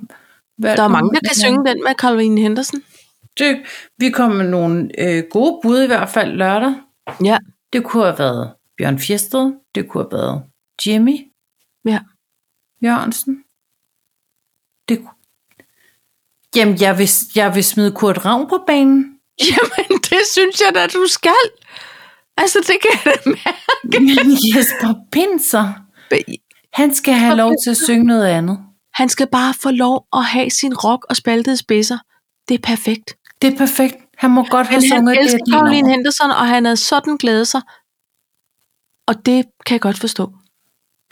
valgt
Der er mange,
nogle-
der kan synge den med Carlene Henderson.
Det, vi kom med nogle øh, gode bud i hvert fald lørdag.
Ja.
Det kunne have været Bjørn Fjersted. Det kunne have været Jimmy
ja.
Jørgensen. Det kunne... Jamen, jeg vil, jeg vil smide Kurt Ravn på banen.
Jamen, det synes jeg da, du skal. Altså, det kan jeg da
Men Jesper Pinser,
mærke.
han skal have lov til at synge noget andet.
Han skal bare få lov at have sin rock og spaltede spidser. Det er perfekt.
Det er perfekt. Han må godt have
Men han
sunget det.
elsker
din
Caroline
år.
Henderson, og han havde sådan glædet sig. Og det kan jeg godt forstå.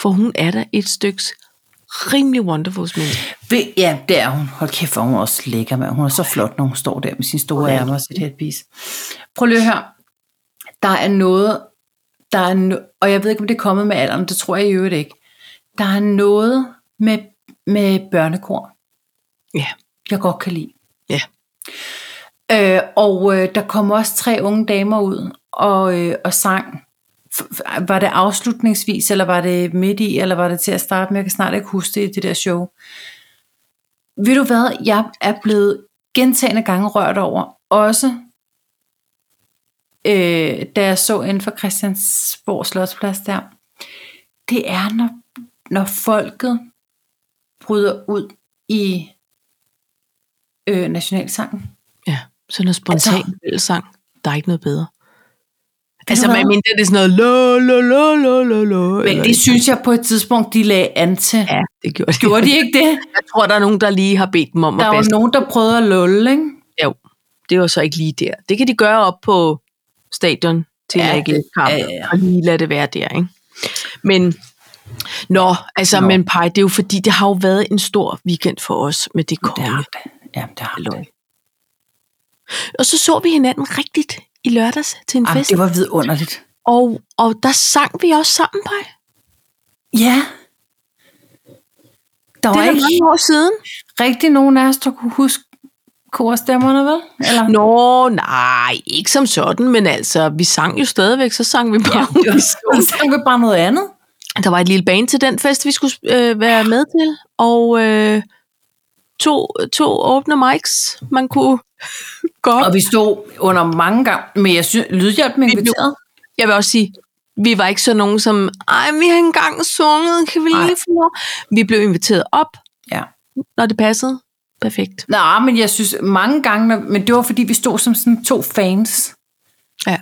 For hun er da et styks rimelig wonderful menneske.
Ved- Ja, det er hun. Hold kæft, hvor hun er også lækker, mand. Hun er så flot, når hun står der med sin store ærmer og sit headpiece. Prøv lige at høre. Der er noget, der er no- og jeg ved ikke, om det er kommet med alderen, det tror jeg i øvrigt ikke. Der er noget med, med børnekor,
Ja,
jeg godt kan lide.
ja.
Øh, og øh, der kom også tre unge damer ud og, øh, og sang. F- f- Var det afslutningsvis, eller var det midt i, eller var det til at starte med? Jeg kan snart ikke huske det i det der show. Ved du hvad, jeg er blevet gentagende gange rørt over, også øh, da jeg så inden for Christiansborg Slotsplads der, det er, når, når folket bryder ud i øh, nationalsangen.
ja. Sådan noget spontan altså, sang. Der er ikke noget bedre. Altså,
hvad?
man mindre det er sådan noget lo, lo, lo, lo, lo, lo.
Men det synes jeg på et tidspunkt, de lagde an til.
Ja, det gjorde det.
Gjorde de ikke det?
Jeg tror, der er nogen, der lige har bedt dem om
Der
at
var
basse.
nogen, der prøvede at lulle, ikke?
Jo, det var så ikke lige der. Det kan de gøre op på stadion til
Ja,
ja, AGF kamp,
ja,
ja,
ja, ja.
ja. og lige lade det være der, ikke? Men, nå, altså,
Nå.
nå. men pej, det er jo fordi, det har jo været en stor weekend for os med det konge.
Ja, det har det.
halløj. Og så så vi hinanden rigtigt i lørdags til en
Jamen,
fest,
Ah, det var vidunderligt.
og, og der sang vi også sammen, pej.
Ja. Der
Det
var
er da
ikke
mange år siden.
rigtig nogen af os, der kunne huske korstemmerne, vel? Eller?
Nå, nej, ikke som sådan, men altså, vi sang jo stadigvæk, så sang vi bare. Ja,
Så sang vi bare noget andet.
Der var et lille band til den fest, vi skulle øh, være med til, og øh, to, to åbne mics, man kunne gå
Og
op.
vi stod under mange gange, men jeg synes, lydhjælpen inviteret.
Jeg vil også sige, vi var ikke så nogen som, ej, vi har ikke engang sunget, kan vi
Nej.
lige få lov?" Vi blev inviteret op,
Ja.
når det passede. Perfekt.
Nå, men jeg synes mange gange, når- men det var fordi, vi stod som sådan to fans.
Ja.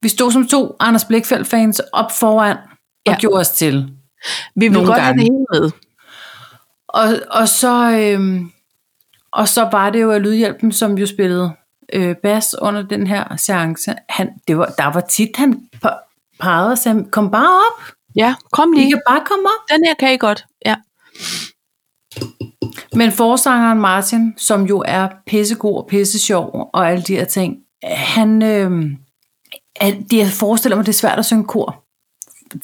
Vi stod som to Anders Blikfeldt-fans op foran og ja.
Ja.
gjorde os til.
Vi ville
Nogle
godt have det
gange.
hele med.
Og, og, så, øhm, og så var det jo at Lydhjælpen, som jo spillede øh, bas under den her seance. Han, det var, der var tit, han pe- pegede og sagde, kom bare op,
Ja, kom
I
lige.
kan bare komme op.
Den her kan I godt. Ja.
Men forsangeren Martin, som jo er pissegod og pissesjov og alle de her ting, han, øh, det, jeg forestiller mig, det er svært at synge kor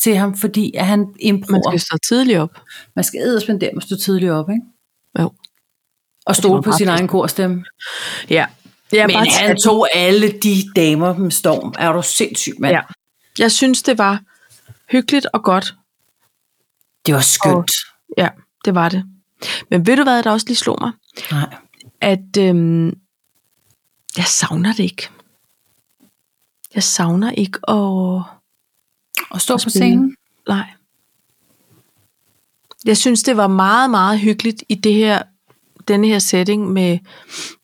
til ham, fordi at han
Man
improver.
skal stå tidligt op.
Man skal edderspendere, man stå tidligt op, ikke?
Jo.
Og
var
stole på
meget
sin egen korstemme.
Ja. Jeg,
Men han tog alle de damer med storm. Er du sindssyg, mand? Ja.
ja. jeg synes, det var hyggeligt og godt
Det var skønt.
Ja, det var det. Men ved du hvad, der også lige slog mig?
Nej.
At øhm, jeg savner det ikke. Jeg savner ikke at...
Og stå på
spille.
scenen.
Nej. Jeg synes, det var meget, meget hyggeligt i det her, denne her setting med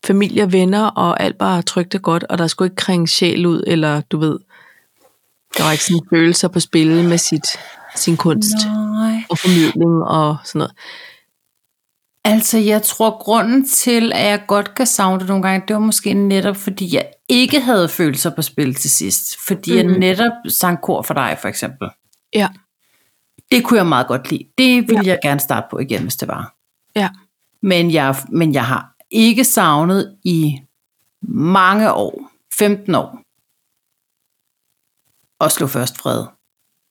familie og venner, og alt bare trygt og godt, og der skulle ikke kringe sjæl ud, eller du ved, der var ikke sådan følelser på spil med sit, sin kunst no.
Nej.
og formidling og sådan noget.
Altså, jeg tror, grunden til, at jeg godt kan savne det nogle gange, det var måske netop, fordi jeg ikke havde følelser på spil til sidst. Fordi mm-hmm. jeg netop sang kor for dig, for eksempel.
Ja,
Det kunne jeg meget godt lide. Det ville ja. jeg gerne starte på igen, hvis det var.
ja.
Men jeg, men jeg har ikke savnet i mange år, 15 år, at slå først fred.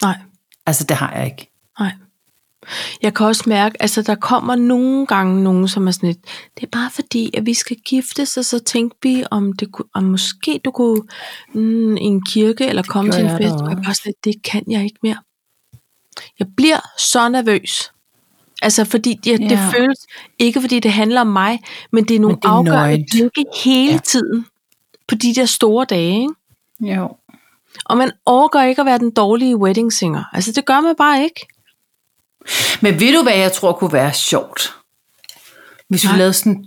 Nej,
Altså, det har jeg ikke.
nej. Jeg kan også mærke, altså der kommer nogle gange nogen, som er sådan lidt, det er bare fordi, at vi skal giftes, og så tænkte vi, om, det kunne, om måske du kunne mm, i en kirke, eller komme til
gjorde
en
jeg
fest,
da
og jeg
også.
bare sådan lidt, det kan jeg ikke mere. Jeg bliver så nervøs. Altså fordi det, ja. det
Ja.
føles, ikke fordi det handler om mig, men det er nogle
det er
afgørende
nøjent.
dykke hele
Ja.
ja. tiden på de der store dage, ikke?
Jo.
Og man overgår ikke at være den dårlige wedding singer. Altså, det gør man bare ikke.
Men ved du, hvad jeg tror kunne være sjovt? Hvis vi
Nej.
lavede sådan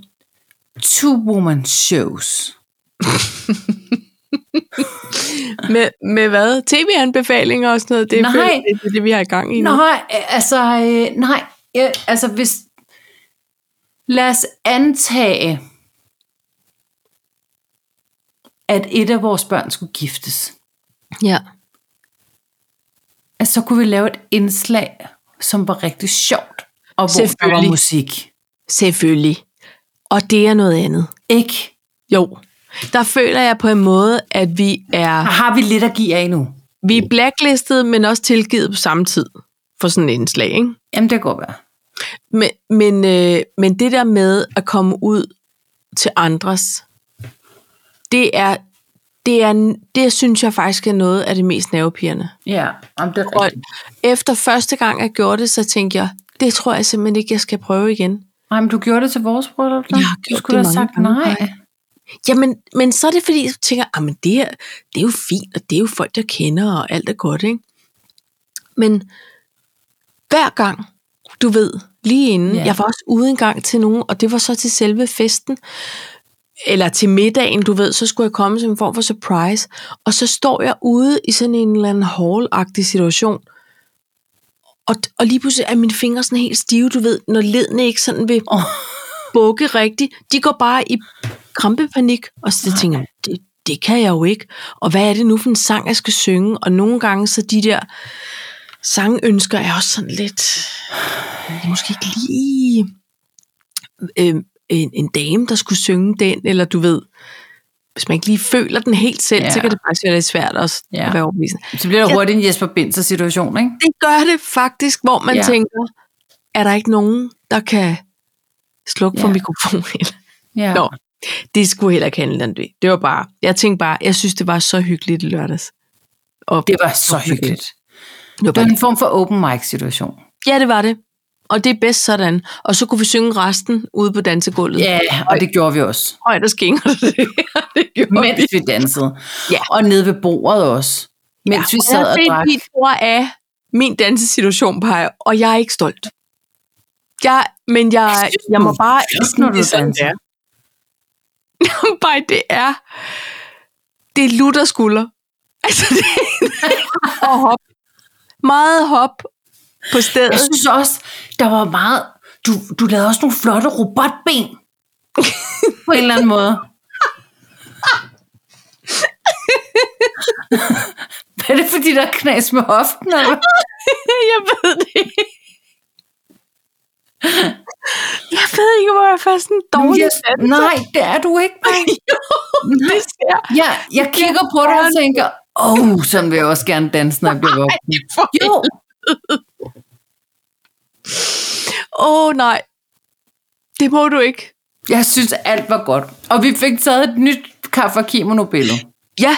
two-woman shows.
Med, med hvad? TV-anbefalinger og sådan noget? Det er,
Nej.
føler jeg, det, er det, vi har i gang i nu.
Nej, altså, øh, nej, øh, altså hvis... Lad os antage, at et af vores børn skulle giftes.
Ja.
Altså, så kunne vi lave et indslag, som var rigtig sjovt, og hvor der var
Selvfølgelig.
musik.
Selvfølgelig. Og det er noget andet.
Ikke?
Jo. Der føler jeg på en måde, at vi er,
Har vi lidt at give af nu?
vi er blacklistet, men også tilgivet på samme tid for sådan en indslag, ikke?
Jamen, det kan godt være.
Men, men, øh, men det der med at komme ud til andres, det er, det er, det synes jeg faktisk er noget af det mest nervepirrende.
Ja, om det er
Og
rigtigt.
efter første gang, jeg gjorde det, så tænkte jeg, det tror jeg simpelthen ikke, jeg skal prøve igen.
Nej, men du gjorde det til vores bryllup, da?
Jeg har
Du
gjort
skulle
det
da have
mange
sagt
gange.
nej.
Jamen, men så er det fordi, jeg tænker, "Ah, men det her, det er jo fint, og det er jo folk, jeg kender, og alt er godt, ikke? Men hver gang, du ved, lige inden,
Ja.
jeg var også ude en gang til nogen, og det var så til selve festen, eller til middagen, du ved, så skulle jeg komme som en form for surprise, og så står jeg ude i sådan en eller anden hall-agtig situation, og, og lige pludselig er mine fingre sådan helt stive, du ved, når ledene ikke sådan vil
Åh.
oh. bukke rigtigt. De går bare i krampepanik, og så tænker jeg, det, det kan jeg jo ikke. Og hvad er det nu for en sang, jeg skal synge? Og nogle gange så de der sangønsker er også sådan lidt, det er måske ikke lige øh, en, en dame, der skulle synge den, eller du ved, hvis man ikke lige føler den helt selv,
Ja.
ja. så kan det faktisk være lidt svært også
Ja.
ja. at være overbevisende
Så bliver der
Jeg-
hurtigt en Jesper Binser-situation, ikke?
det gør det faktisk, hvor man
Ja.
ja. tænker, er der ikke nogen, der kan slukke ja. for
Ja.
mikrofonen?
Ja.
Nå, det skulle heller ikke handle om det. Det var bare, jeg tænkte bare, jeg synes, det var så hyggeligt i lørdags. Og
Det var så hyggeligt.
det var
Det
bare
var en form for open mic-situation.
Ja, det var det. Og det er bedst sådan. Og så kunne vi synge resten ude på dansegulvet.
Ja, og det gjorde vi også.
Højt og skænger. det gjorde
Mens
vi.
vi dansede.
Ja.
Og nede ved bordet også. Mens vi sad og drak.
mit ord af min dansesituation peger, og jeg er ikke stolt. Jeg, men jeg,
synes,
jeg
du
må
er
bare...
flot, når
det er
du
sådan,
danser.
det er. bare det er... Det er lutter skulder. Altså, det er, og hop. Meget hop på stedet.
Jeg synes også, der var meget... Du, du lavede også nogle flotte robotben. på en eller anden måde. Hvad er det, fordi der er knas med hoften? Eller? hvad?
jeg ved det ikke. Jeg ved ikke, hvor jeg først en dårlig
Jeg- Nej, det er du ikke. Maj.
det ser
Ja, jeg kigger på dig og tænker, åh, oh, sådan vil jeg også gerne danse, når jeg bliver voksen.
for
Jo,
Åh oh, nej, det må du ikke.
jeg synes, alt var godt. Og vi fik taget et nyt kaffe og kimono-billede.
Ja,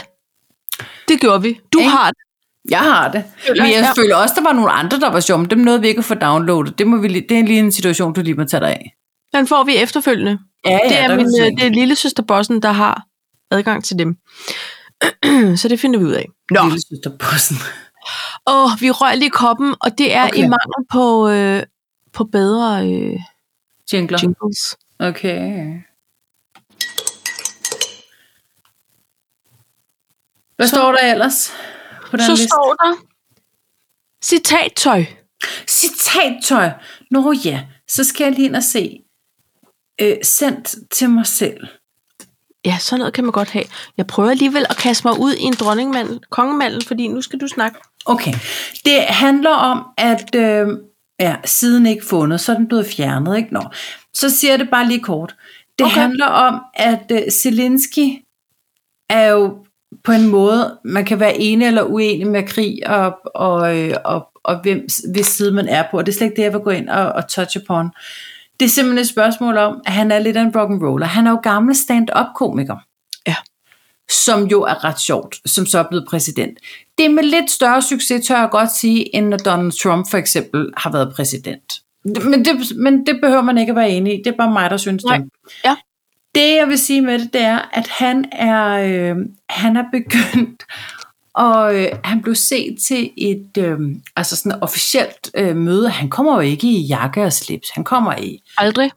det gjorde vi. Du
Ikke?
har det.
Jeg har det. Men jeg
Ja.
føler også, der var nogle andre, der var sjove. men Dem nåede vi ikke at få downloadet. Det, må vi lige, det er lige en situation, du lige må tage dig af.
Den får vi efterfølgende.
Ja,
det er,
der
min,
kan du se.
øh, det er lille søster Bossen, der har adgang til dem. Så det finder vi ud af. Nå,
Lille søster Bossen.
Åh, vi røg lige koppen, og det er
Okay.
okay. i mangel på, øh, på bedre øh,
Jingler.
jingles.
Okay. Hvad står der ellers? På den
Så
liste?
står der citattøj.
Citattøj. Nå ja, så skal jeg lige ind og se. Øh, sendt til mig selv.
Ja, sådan noget kan man godt have. Jeg prøver alligevel at kaste mig ud i en dronningmandel, kongemandel, fordi nu skal du snakke.
Okay, det handler om, at øh, ja, siden ikke fundet, så er den blevet fjernet. Ikke? Nå. Så siger jeg det bare lige kort. Det
Okay.
okay. handler om, at øh, Zelensky er jo på en måde, man kan være ene eller uenig med krig, og, og, øh, og, og hvem, hvis side man er på. Og det er slet ikke det, jeg vil gå ind og, og touch upon. Det er simpelthen et spørgsmål om, at han er lidt af en rock'n'roller. Han er jo gammel stand-up-komiker.
Ja.
Som jo er ret sjovt, som så er blevet præsident. Det er med lidt større succes, tør jeg godt sige, end når Donald Trump for eksempel har været præsident. Men det, men det behøver man ikke at være enig i. Det er bare mig, der synes
Nej.
det.
Ja.
Det jeg vil sige med det, det er, at han er, øh, han er begyndt, og øh, han blev set til et øh, altså sådan et officielt øh, møde. Han kommer jo ikke i jakke og slips. Han kommer i
Aldrig.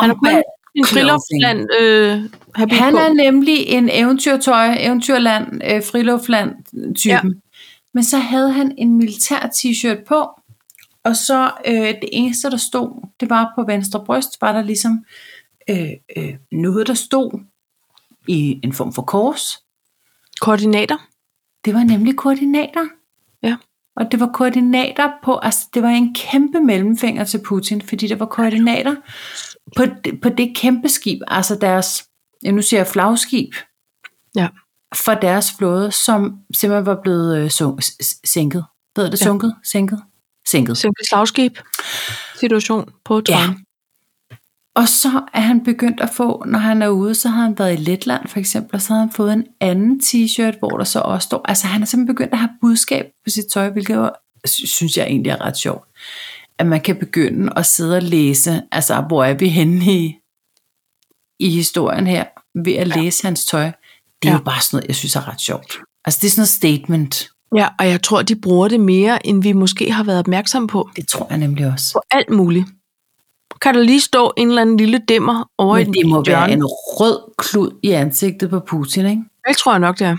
Han er
combat.
kun en friluftsland. Øh, habil
Han
på.
er nemlig en eventyrtøj, eventyrland, øh, friluftsland typen. Ja. Men så havde han en militær t-shirt på, og så øh, det eneste, der stod, det var på venstre bryst, var der ligesom øh, øh, noget, der stod i en form for kors.
koordinater.
Det var nemlig koordinater.
Ja.
Og det var koordinater på, altså det var en kæmpe mellemfinger til Putin, fordi der var koordinater på, det- på det kæmpe skib, altså deres, ja, nu siger jeg flagskib,
Ja.
for deres flåde, som simpelthen var blevet øh, sun- s- s- sænket. Hvad er det?
Ja.
Sunket? Sænket? Sænket.
Simpel slagskib. Situation på Trump. Ja.
Og så er han begyndt at få, når han er ude, så har han været i Letland for eksempel, og så har han fået en anden t-shirt, hvor der så også står, altså han er simpelthen begyndt at have budskab på sit tøj, hvilket jo, sy- synes jeg egentlig er ret sjovt, at man kan begynde at sidde og læse, altså hvor er vi henne i, i historien her, ved at læse hans tøj. Det er
Ja.
jo bare sådan noget, jeg synes er ret sjovt. Altså det er sådan noget statement,
ja, og jeg tror, de bruger det mere, end vi måske har været opmærksomme på.
det tror jeg nemlig også.
På alt muligt. Kan der lige stå en eller anden lille dæmmer over i
Men det må
et
være
hjørne?
en rød klud i ansigtet på Putin, ikke?
Det tror jeg nok, det er.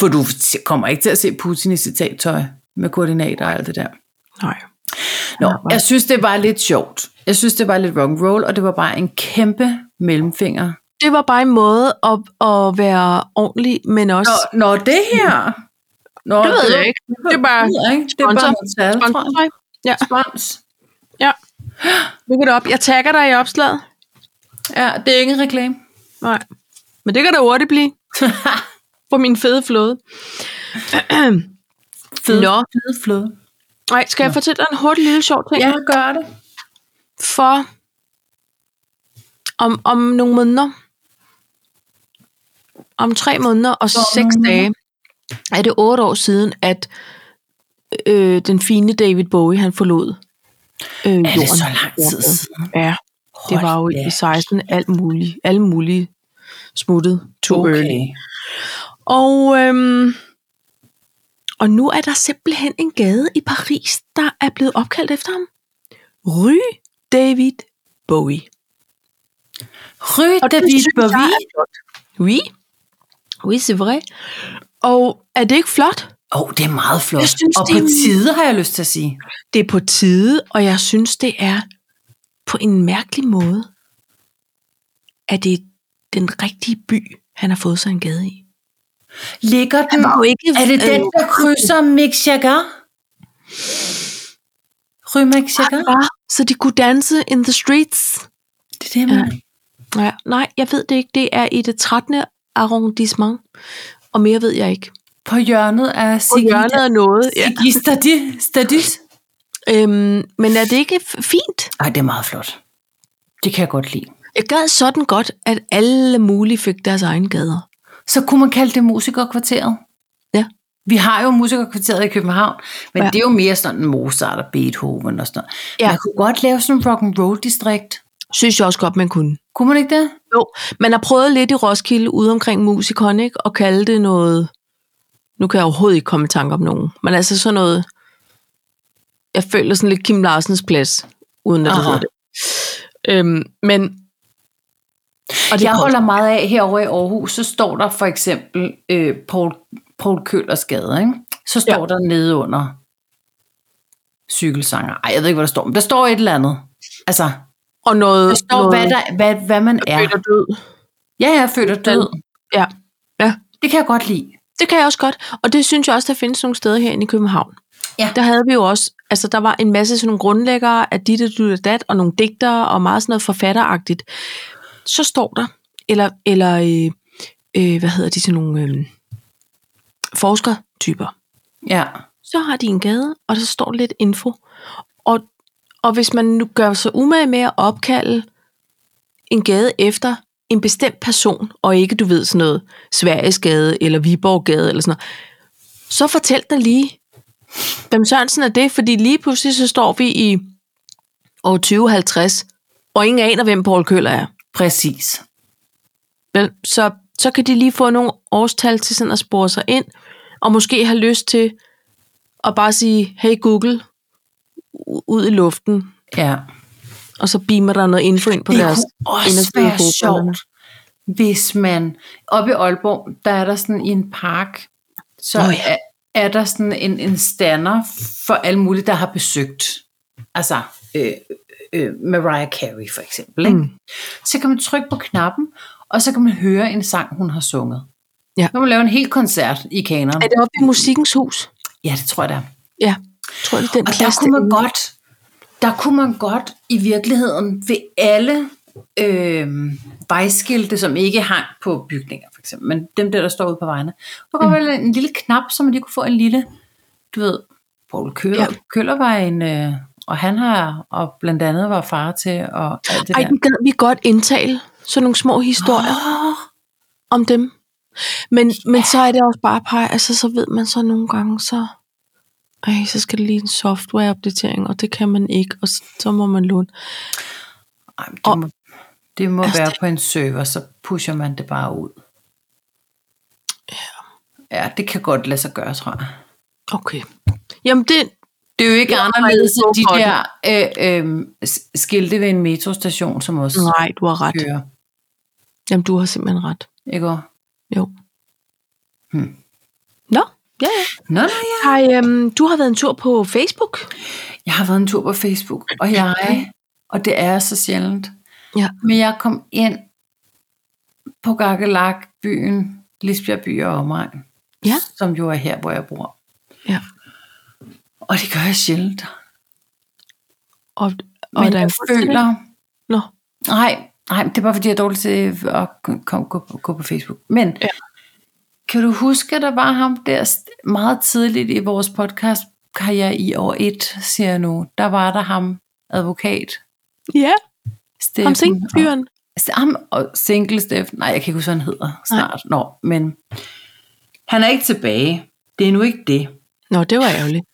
For du t- kommer ikke til at se Putin i citattøj med koordinater og alt det der.
Nej. Nej,
Nå,
nej.
jeg synes, det var lidt sjovt. Jeg synes, det var lidt rock'n'roll, og det var bare en kæmpe mellemfinger.
Det var bare en måde at, at være ordentlig, men også... Nå,
Nå, nå det her... Nå,
det ved jeg ikke. Det er bare
Det, ikke. det er bare noget
Sponsor.
tal, tror jeg.
sponsortøj. Ja,
Spons.
lykke det op. Jeg tagger dig i opslaget.
Ja, det er ikke en reklame.
Nej. Men det kan da hurtigt blive på min fede flåde.
Fed,
Nå.
fed fløde.
Nej, skal jeg fortælle dig en hurtig lille sjov ting?
Ja, gør det.
For om, om nogle måneder, om tre måneder og seks
nogle
dage, er det otte år siden, at øh, den fine David Bowie, han forlod øh, jorden.
Er det så lang tid siden?
Ja, det var jo i 16 alt muligt, alle mulige smuttet tog.
Okay.
Og, øhm, og nu er der simpelthen en gade i Paris, der er blevet opkaldt efter ham. Rue David Bowie.
Rue David Bowie.
Oui. Oui, c'est vrai. Og er det ikke flot?
Åh, oh, det er meget flot.
Jeg synes,
og
det
på
er-
tide, har jeg lyst til at sige.
Det er på tide, og jeg synes, det er på en mærkelig måde, at det er den rigtige by, han har fået sig en gade i.
Ligger den...
var jo ikke-
er det den,
øh,
der krydser Mick Jagger? Rue Mick Jagger?
Ah, så de kunne danse in the streets.
Det er det, man...
Ja, nej, jeg ved det ikke. Det er i det 13. arrondissement. Og mere ved jeg ikke.
På hjørnet af
På hjørnet
Sigida.
er noget. Ja.
Sigistadi. Stadis.
Øhm, men er det ikke f- fint?
Ej, det er meget flot. Det kan jeg godt lide.
Jeg gad sådan godt, at alle mulige fik deres egen gader.
Så kunne man kalde det musikerkvarteret.
Ja.
Vi har jo musikerkvarteret i København, men
Ja.
ja. det er jo mere sådan Mozart og Beethoven og sådan noget.
Ja.
Ja. Man kunne godt lave sådan en rock'n'roll-distrikt.
Synes jeg også godt, man kunne.
Kunne man ikke det?
Jo, man har prøvet lidt i Roskilde ude omkring musikon, ikke? Og kalde det noget... Nu kan jeg overhovedet ikke komme i tanke om nogen. Men altså sådan noget... Jeg føler sådan lidt Kim Larsens plads, uden at det
Aha.
hedder det. Øhm, men... Og
Og jeg
koster.
holder meget af herovre i Aarhus, så står der for eksempel øh, Paul, Paul Køllers gade, ikke? så står
Ja.
ja. der nede under cykelsanger. Ej, jeg ved ikke, hvad der står, men der står et eller andet. Altså,
og noget,
der står,
noget
hvad, der, hvad, hvad man er.
født og død.
Ja, jeg er født og død.
Ja. Ja.
Det kan jeg godt lide.
Det kan jeg også godt, og det synes jeg også, der findes nogle steder herinde i København.
Ja.
Der havde vi jo også, altså der var en masse sådan nogle grundlæggere af dit og dit og dat, og nogle digtere og meget sådan noget forfatteragtigt. så står der, eller, eller øh, øh, hvad hedder de, sådan nogle øh, forskertyper,
Ja.
så har de en gade, og så står lidt info. Og, og hvis man nu gør sig umage med at opkalde en gade efter en bestemt person, og ikke, du ved, sådan noget Sverigesgade eller Viborggade eller sådan noget, så fortæl dig lige, hvem Sørensen er det, fordi lige pludselig så står vi i år 2050, og ingen aner, hvem Paul Køller er.
Præcis.
Vel, så, så kan de lige få nogle årstal til sådan at spore sig ind, og måske have lyst til at bare sige, hey Google, u- ud i luften,
Ja.
og så beamer der noget info ind på
det
deres
kunne også
inderside
være
hovedbilleder.
sjovt, hvis man... Oppe i Aalborg, der er der sådan i en park, så
Nå
oh,
ja.
ja. er, er der sådan en, en stander for alle mulige, der har besøgt. Altså øh, øh, Mariah Carey for eksempel. Ikke?
Mm.
Mm. Så kan man trykke på knappen, og så kan man høre en sang, hun har sunget.
Ja.
Så kan man lave en hel koncert i kanon.
Er det oppe i musikkens hus?
Ja, det tror jeg, der.
Ja, tror jeg, det er den
Og der
plads
kunne man
derinde.
godt, der kunne man godt i virkeligheden ved alle øh, vejskilte, som ikke hang på bygninger for eksempel, men dem der, der står ude på vejene, der kunne mm. være en lille knap, så man lige kunne få en lille, du ved, Poul Køller,
Ja.
ja. Køller var en, øh, og han har, og blandt andet var far til, og alt det
Ej,
der.
den gad vi godt indtale sådan nogle små historier
Åh,
om dem. Men, men så er det også bare pej, altså så ved man så nogle gange, så, ej, så skal det lige en softwareopdatering, og det kan man ikke, og så, så må man låne.
ej, men
Og-
det må, det må
Altså,
være
det-
på en server, så pusher man det bare ud. Ja. Ja, det kan godt lade sig gøre, tror jeg.
Okay. Jamen det,
Det er jo ikke
Jeg har
anderledes
ikke
end de
brug for
der øh, øh, s- skilte ved en metrostation, som også Nej.
nej, du har ret.
kører.
Jamen du har simpelthen ret.
Ikke også?
Jo.
Hmm.
Nå, ja, ja.
Nå, nej, ja.
Hej, øhm, du har været en tur på Facebook.
Jeg har været en tur på Facebook, og jeg, og det er så sjældent,
Ja.
men jeg kom ind på Gakkelak, byen, Lisbjerg by og omegn,
Ja.
som jo er her, hvor jeg bor.
Ja.
Og det gør jeg sjældent.
Og, og
Men
der
jeg
er en grund til det.
føler,
Nå,
Nej, nej, det er bare fordi, jeg er dårlig til at kom, gå, på- gå på Facebook. Men
Ja.
ja. kan du huske, at der var ham der st- meget tidligt i vores podcast karriere i år 1, siger jeg nu. Der var der ham, advokat.
ja,
Steffen,
ham sinkfyren.
Øhm, Og, ham og single Steffen. Nej, jeg kan ikke huske, hvad han hedder snart. Nå, men han er ikke tilbage. Det er nu ikke det.
Nå, det var ærgerligt.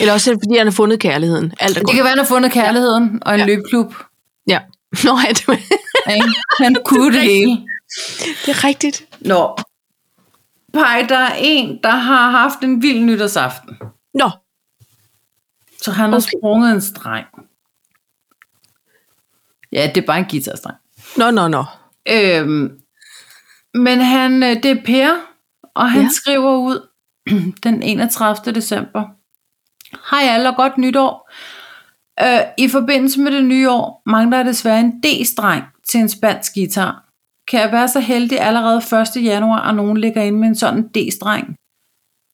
Eller også er det, fordi han har fundet kærligheden. Alt er
Det
godt.
kan være, han har fundet kærligheden og en ja. løbklub.
Ja. Nå, ja, det, var...
Ikke? Han kunne det hele.
det er rigtigt.
Nå. Pej, der er en, der har haft en vild nytårsaften.
Nå,
Så han har
Okay.
sprunget en streng. Ja, det er bare en guitarstreng.
nå, nå, nå.
Øhm, men han, øh, det er Per, og han
Ja.
ja. skriver ud den 31. december. Hej alle og godt nytår. Øh, I forbindelse med det nye år mangler jeg desværre en D-streng til en spansk guitar. Kan jeg være så heldig allerede 1. januar, og nogen ligger inde med en sådan D-streng?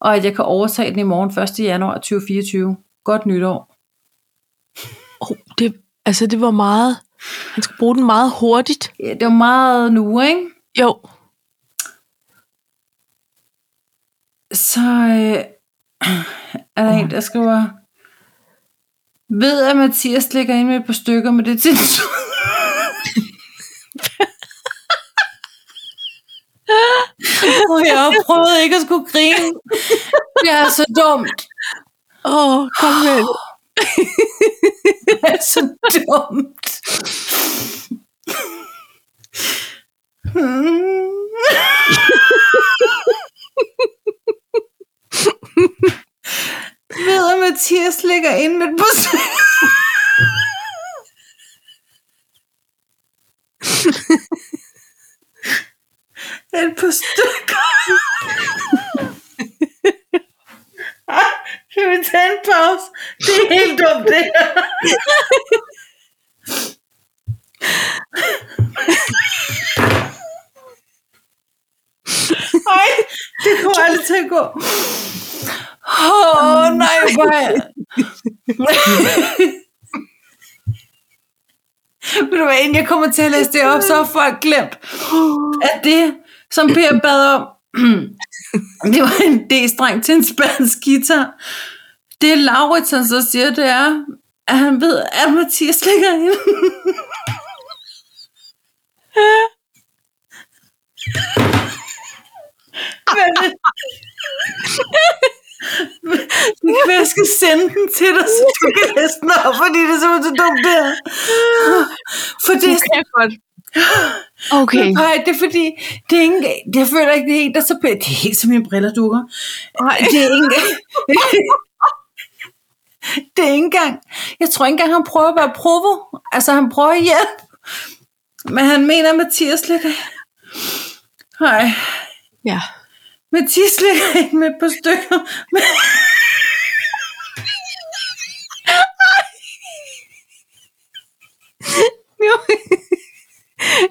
Og at jeg kan overtage den i morgen 1. januar 2024. Godt nytår.
Oh, det, altså, det var meget... Han skal bruge den meget hurtigt.
Ja, Det var meget nu, ikke?
Jo.
så øh, er der en, der skriver, ved at Mathias ligger ind med et par stykker, men det er til Og jeg har prøvet ikke at skulle grine. Det er så dumt.
Åh, oh, kom med. det.
Det er så dumt. Ved at Mathias ligger inde med et par stykker. Et par stykker. Ej, Kan vi tage en pause? Det er helt dumt, det her. Ej, det kommer aldrig til at gå. Åh, oh, nej, hvor er- ved du hvad, inden jeg kommer til at læse det op, så har folk glemt, at det, som Per bad om, det var en D-streng til en spansk guitar. Det Laurits, han så siger, det er, at han ved, at Mathias ligger inde. Men, det kan være, jeg skal sende den til dig, så du kan læse den op, fordi det er simpelthen så dumt der. For det er
kan jeg godt. Okay.
Nej, det er fordi, det er ikke, det, jeg føler ikke, det er helt, der er så pænt. Det er helt som mine briller dukker. Nej, det er ikke Det er ikke engang, jeg tror ikke engang, han prøver at være provo. Altså, han prøver at hjælpe. Men han mener, at Mathias ligger... Hej.
Ja.
Mathias ligger ikke med et par stykker. Men...
Nu,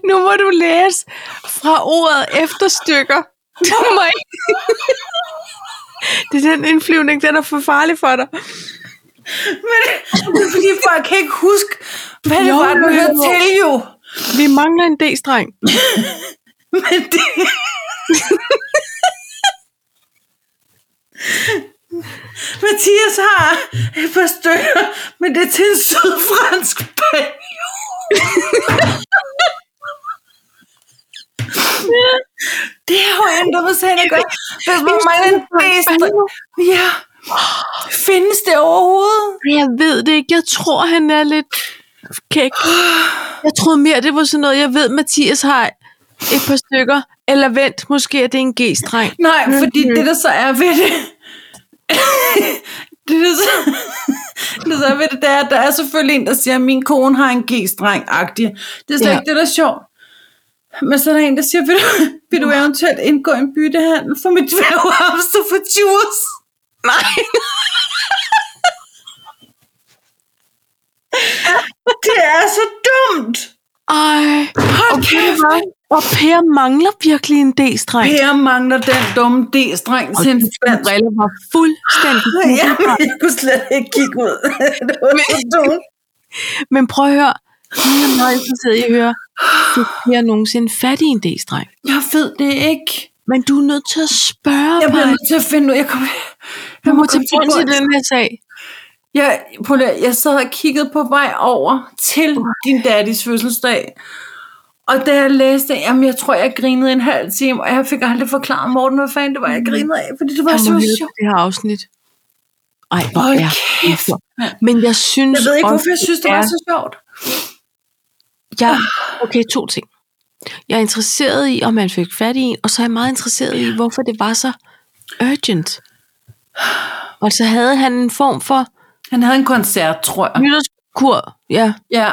nu må du læse fra ordet efterstykker. Du må ikke. Det er den indflyvning, den er for farlig for dig.
Men det er fordi, folk kan ikke huske, hvad det
Jo,
var, du
jo,
hørte
jo.
til jo.
Vi mangler en D-streng.
Men det... Mathias har et par stykker, men det er til en sydfransk banjo. det er jo endda på sagen at gøre. Hvis man mangler en
banjo.
D-streng. Ja. Findes det overhovedet?
Jeg ved det ikke. Jeg tror, han er lidt kæk. Jeg troede mere, det var sådan noget, jeg ved, Mathias har et par stykker. Eller vent, måske er det en G-streng.
Nej, fordi det der så er ved det, det der så, det der er ved det, det er, at der er selvfølgelig en, der siger, at min kone har en G-streng-agtig. Det er slet
Ja.
ja. ikke det, der er sjovt. Men så er der en, der siger, vil du, vil du eventuelt indgå en byttehandel for mit dværghamster for juice?
Nej.
Det er så dumt!
Ej.
Hold
Og
kæft!
Per, og per mangler virkelig en D-streng.
Per mangler den dumme D-streng til en spansk.
briller var fuldstændig
Jamen, jeg kunne slet ikke kigge ud. det var så dumt.
Men prøv at høre. Nu er jeg meget interesseret i at høre. Du bliver nogensinde fat i en D-streng.
Jeg ved det ikke.
Men du er nødt til at spørge
Jeg
på
bliver nødt til at finde ud. Jeg kommer,
Du må til
komme
bunds i
bunds.
den her sag.
Jeg, prøv lige, at- jeg sad og kiggede på vej over til din daddies fødselsdag. Og da jeg læste, jamen jeg tror, jeg grinede en halv time, og jeg fik aldrig forklaret Morten, hvad fanden det var, Mm. jeg grinede af, fordi det var
Jeg
så
må høre
sjovt.
på det her afsnit. Ej, hvor
Hold
er
kæft, mand.
Men jeg synes
Jeg ved ikke,
også,
hvorfor jeg synes, det var
er-
så sjovt.
Jeg, okay, to ting. Jeg er interesseret i, om man fik fat i en, og så er jeg meget interesseret i, hvorfor det var så urgent. Og så havde han en form for
Han havde en koncert, tror jeg.
nytårskur, ja,
Ja,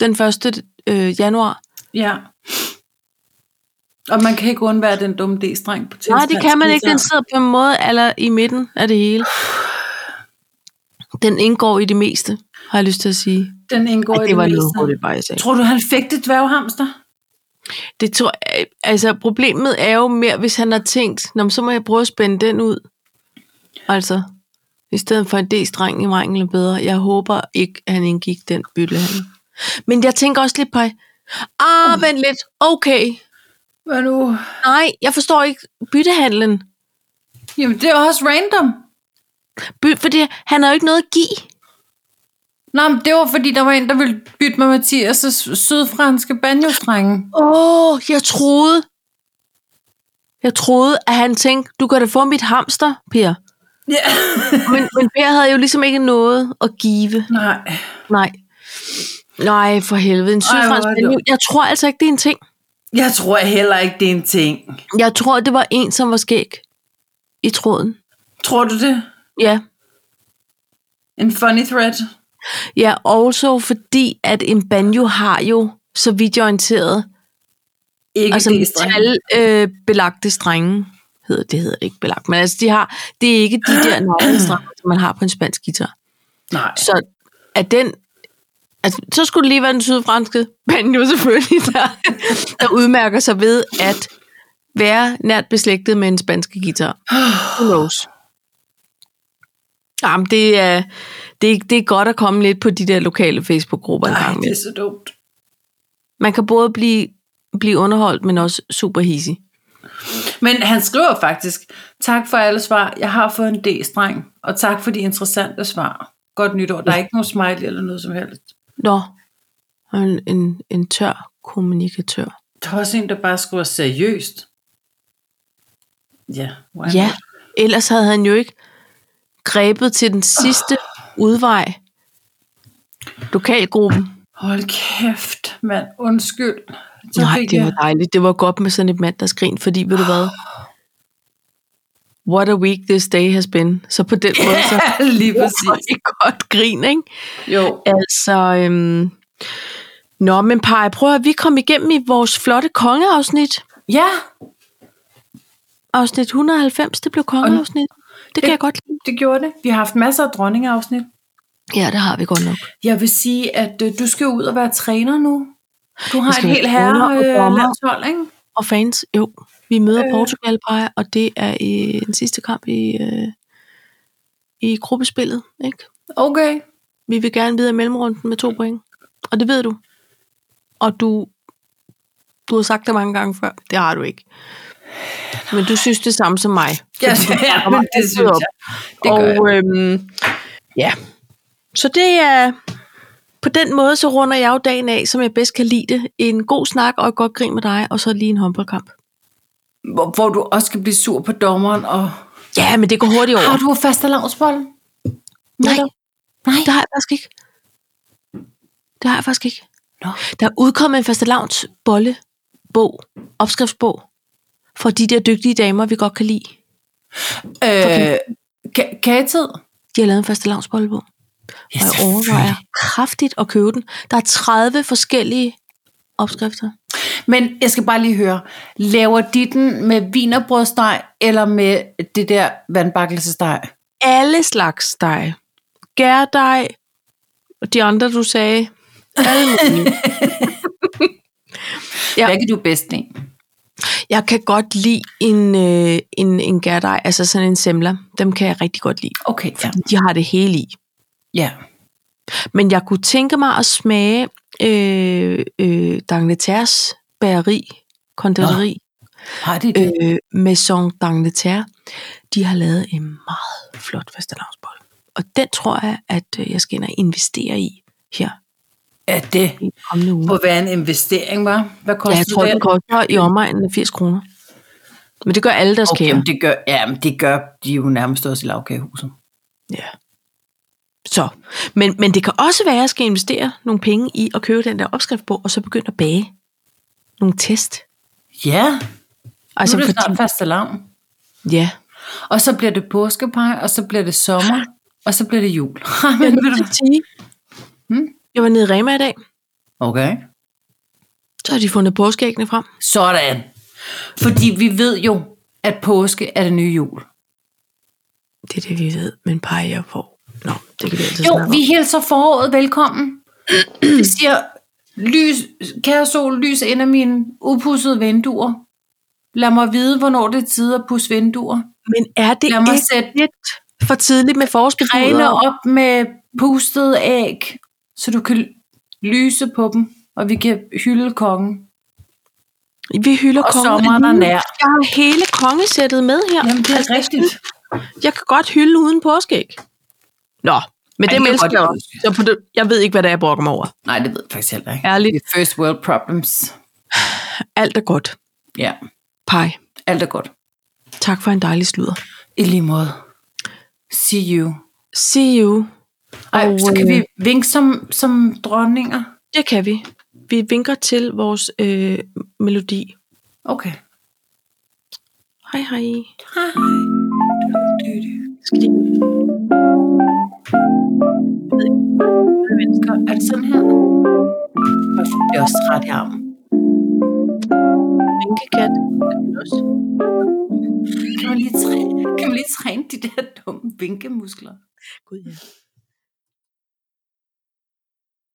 den 1. Øh, januar.
ja. Og man kan ikke undvære den dumme D-streng på
Nej, det kan man ikke.
tilstandsguitar.
Den sidder på en måde eller i midten af det hele. Den indgår i det meste, har jeg lyst til at sige.
Den indgår
Ej,
i
det
det
var noget
meste.
hurtigt, bare jeg sagde.
Tror du, han fik det dværghamster?
Det tror jeg, altså problemet er jo mere, hvis han har tænkt, Nå, men så må jeg prøve at spænde den ud. Altså, i stedet for en D-streng i mangel er bedre. Jeg håber ikke, han indgik den byttehandel. Men jeg tænker også lidt på, ah, vent lidt, okay,
Hvad nu?
nej, jeg forstår ikke byttehandlen.
Jamen, det er også random.
By, fordi han har jo ikke noget at give.
Nå, men det var fordi, der var en, der ville bytte med Mathias' sydfranske banjostrenge.
Åh, oh, jeg troede, jeg troede, at han tænkte, du kan da få mit hamster, Per.
Ja.
Men, men Per havde jo ligesom ikke noget at give.
Nej.
Nej. Nej, for helvede. En sydfransk
hvor er det
banjo.
ondt.
Jeg tror altså ikke, det er en ting.
Jeg tror heller ikke, det er en ting.
Jeg tror, det var en, som var skæg i tråden.
Tror du det?
Ja.
En funny thread?
Ja, også fordi, at en banjo har jo, så vidt jeg er orienteret,
Ikke
altså
det strenge.
metalbelagte øh, belagte strenge. Hedder, det hedder det ikke belagt, men altså, de har, det er ikke de der navlestrenger, som man har på en spansk guitar.
Nej.
Så at den, altså, så skulle det lige være den sydfranske banjo selvfølgelig, der, der udmærker sig ved at være nært beslægtet med en spansk guitar. Who knows? Jamen, det er, det, er, det er godt at komme lidt på de der lokale Facebook-grupper en
Nej,
gang
det
med.
er så dumt.
Man kan både blive, blive underholdt, men også super hissig.
Men han skriver faktisk, tak for alle svar. Jeg har fået en D-streng, og tak for de interessante svar. Godt nytår. Der er ikke nogen smiley eller noget som helst.
Nå, og en, en, en tør kommunikatør.
Der er også en, der bare skriver seriøst. Ja, why
Ja,
not?
ellers havde han jo ikke grebet til den sidste udvej. Lokalgruppen.
Hold kæft, mand. Undskyld. Så
Nej,
fik
det var
jeg-
dejligt. Det var godt med sådan et mandagsgrin, fordi ved du hvad? What a week this day has been. Så på den måde, så
Ja, lige
var
præcis.
det et godt grin, ikke?
Jo.
Altså, øhm... Nå, men Paj, prøv at høre, vi kom igennem i vores flotte kongeafsnit.
Ja,
Afsnit 190, det blev kongeafsnit. Det kan jeg godt lide.
det gjorde det. Vi har haft masser af dronningeafsnit.
Ja, det har vi godt nok.
Jeg vil sige, at øh, du skal ud og være træner nu. Du har
skal
et
være
helt
træner og
herre øh,
dommer.
landshold, ikke?
Og fans, jo. Vi møder
Øh.
øh. Portugal, Paj, og det er i den sidste kamp i, øh, i gruppespillet, ikke?
Okay.
Vi vil gerne videre i mellemrunden med to point. Og det ved du. Og du, du har sagt det mange gange før. Det har du ikke. Men du synes det samme som mig.
Ja, ja, men det synes jeg. Det gør jeg.
og øhm, ja, så det er... På den måde, så runder jeg jo dagen af, som jeg bedst kan lide det. En god snak og et godt grin med dig, og så lige en håndboldkamp.
Hvor, hvor du også kan blive sur på dommeren. Og...
Ja, men det går hurtigt over.
Har du faste lavsbold?
Nej,
Nej.
det har jeg faktisk ikke. Det har jeg faktisk ikke.
Nå.
Der er udkommet en fastelavns bollebog, opskriftsbog, for de der dygtige damer, vi godt kan lide.
Øh, ka- kagetid?
De har lavet en fastelavns bollebog, og jeg overvejer kraftigt at købe den. Der er 30 forskellige opskrifter.
Men jeg skal bare lige høre. Laver de den med vinerbrødsteg, eller med det der vandbakkelsesteg?
Alle slags dej. Gærdej, og de andre, du sagde. Alle mulige. Ja.
Hvad kan du bedst lide?
jeg kan godt lide en, øh, en, en gærdej, altså sådan en semler. Dem kan jeg rigtig godt lide.
Okay, ja.
De har det hele i.
ja.
Men jeg kunne tænke mig at smage øh, øh, D'Angleterres bageri, konditori,
Har de det? Øh.
øh, Maison D'Angleterre. De har lavet en meget flot fastelavnsbolle. Og den tror jeg, at øh, jeg skal ind og investere i her
Øh, Er det
i den kommende uge.
må være en investering, var? Hvad
Ja,
koster
jeg tror,
det?
den koster i omegnen af 80 kroner. Men det gør alle deres okay.
Okay,
kager.
men det gør, ja, men det gør de jo nærmest også i lavkagehuset.
Ja. Så. Men, men det kan også være, at jeg skal investere nogle penge i at købe den der opskrift på, og så begynde at bage nogle test.
Ja, altså
Altså,
nu er det
fordi,
snart faste lavn.
ja.
Og så bliver det påskepej, og så bliver det sommer, og så bliver det jul. Men ved du-
sige.
Hmm?
Jeg var nede i Rema i dag,
okay.
så har de fundet påskeæggene frem.
Sådan. Fordi vi ved jo, at påske er det nye jul.
Det er det, vi ved, men par jeg får. Nå, det kan vi altid
Jo,
snakke
vi
om.
hilser foråret velkommen. Vi siger, lys, kære sol, lys ind af mine upudsede vinduer. Lad mig vide, hvornår det er tid at pusse vinduer.
Men er det
Lad mig
ikke
sætte
for tidligt med
grene
forårsbebuder?
op med pustede æg, så du kan lyse på dem, og vi kan hylde kongen.
Vi hylder
Og
kongen.
sommeren er nær.
Jeg har hele kongesættet med her.
Jamen, det er rigtigt.
Jeg kan godt hylde uden påskeæg. Nå, men
Ej,
det
det er
elsker
godt,
jeg
det er
også. Så på det, jeg ved ikke, hvad det er, jeg brokker mig over.
Nej, det ved jeg faktisk heller ikke.
Ærligt,
Det er first world problems.
alt er godt.
Ja,
Pej,
alt er godt.
tak for en dejlig sludder.
I lige måde. See you.
See you.
Ej,
Og,
så kan
øh,
vi vinke som, som dronninger.
Det kan vi. Vi vinker til vores øh, melodi.
Okay.
Hej hej.
Hej.
Skal de...
Mennesker, er det sådan her? Jeg er også træt i armen.
Vinkekat. Kan man også?
Kan man lige træne, kan man lige træne de der dumme vinkemuskler?
Gud, ja.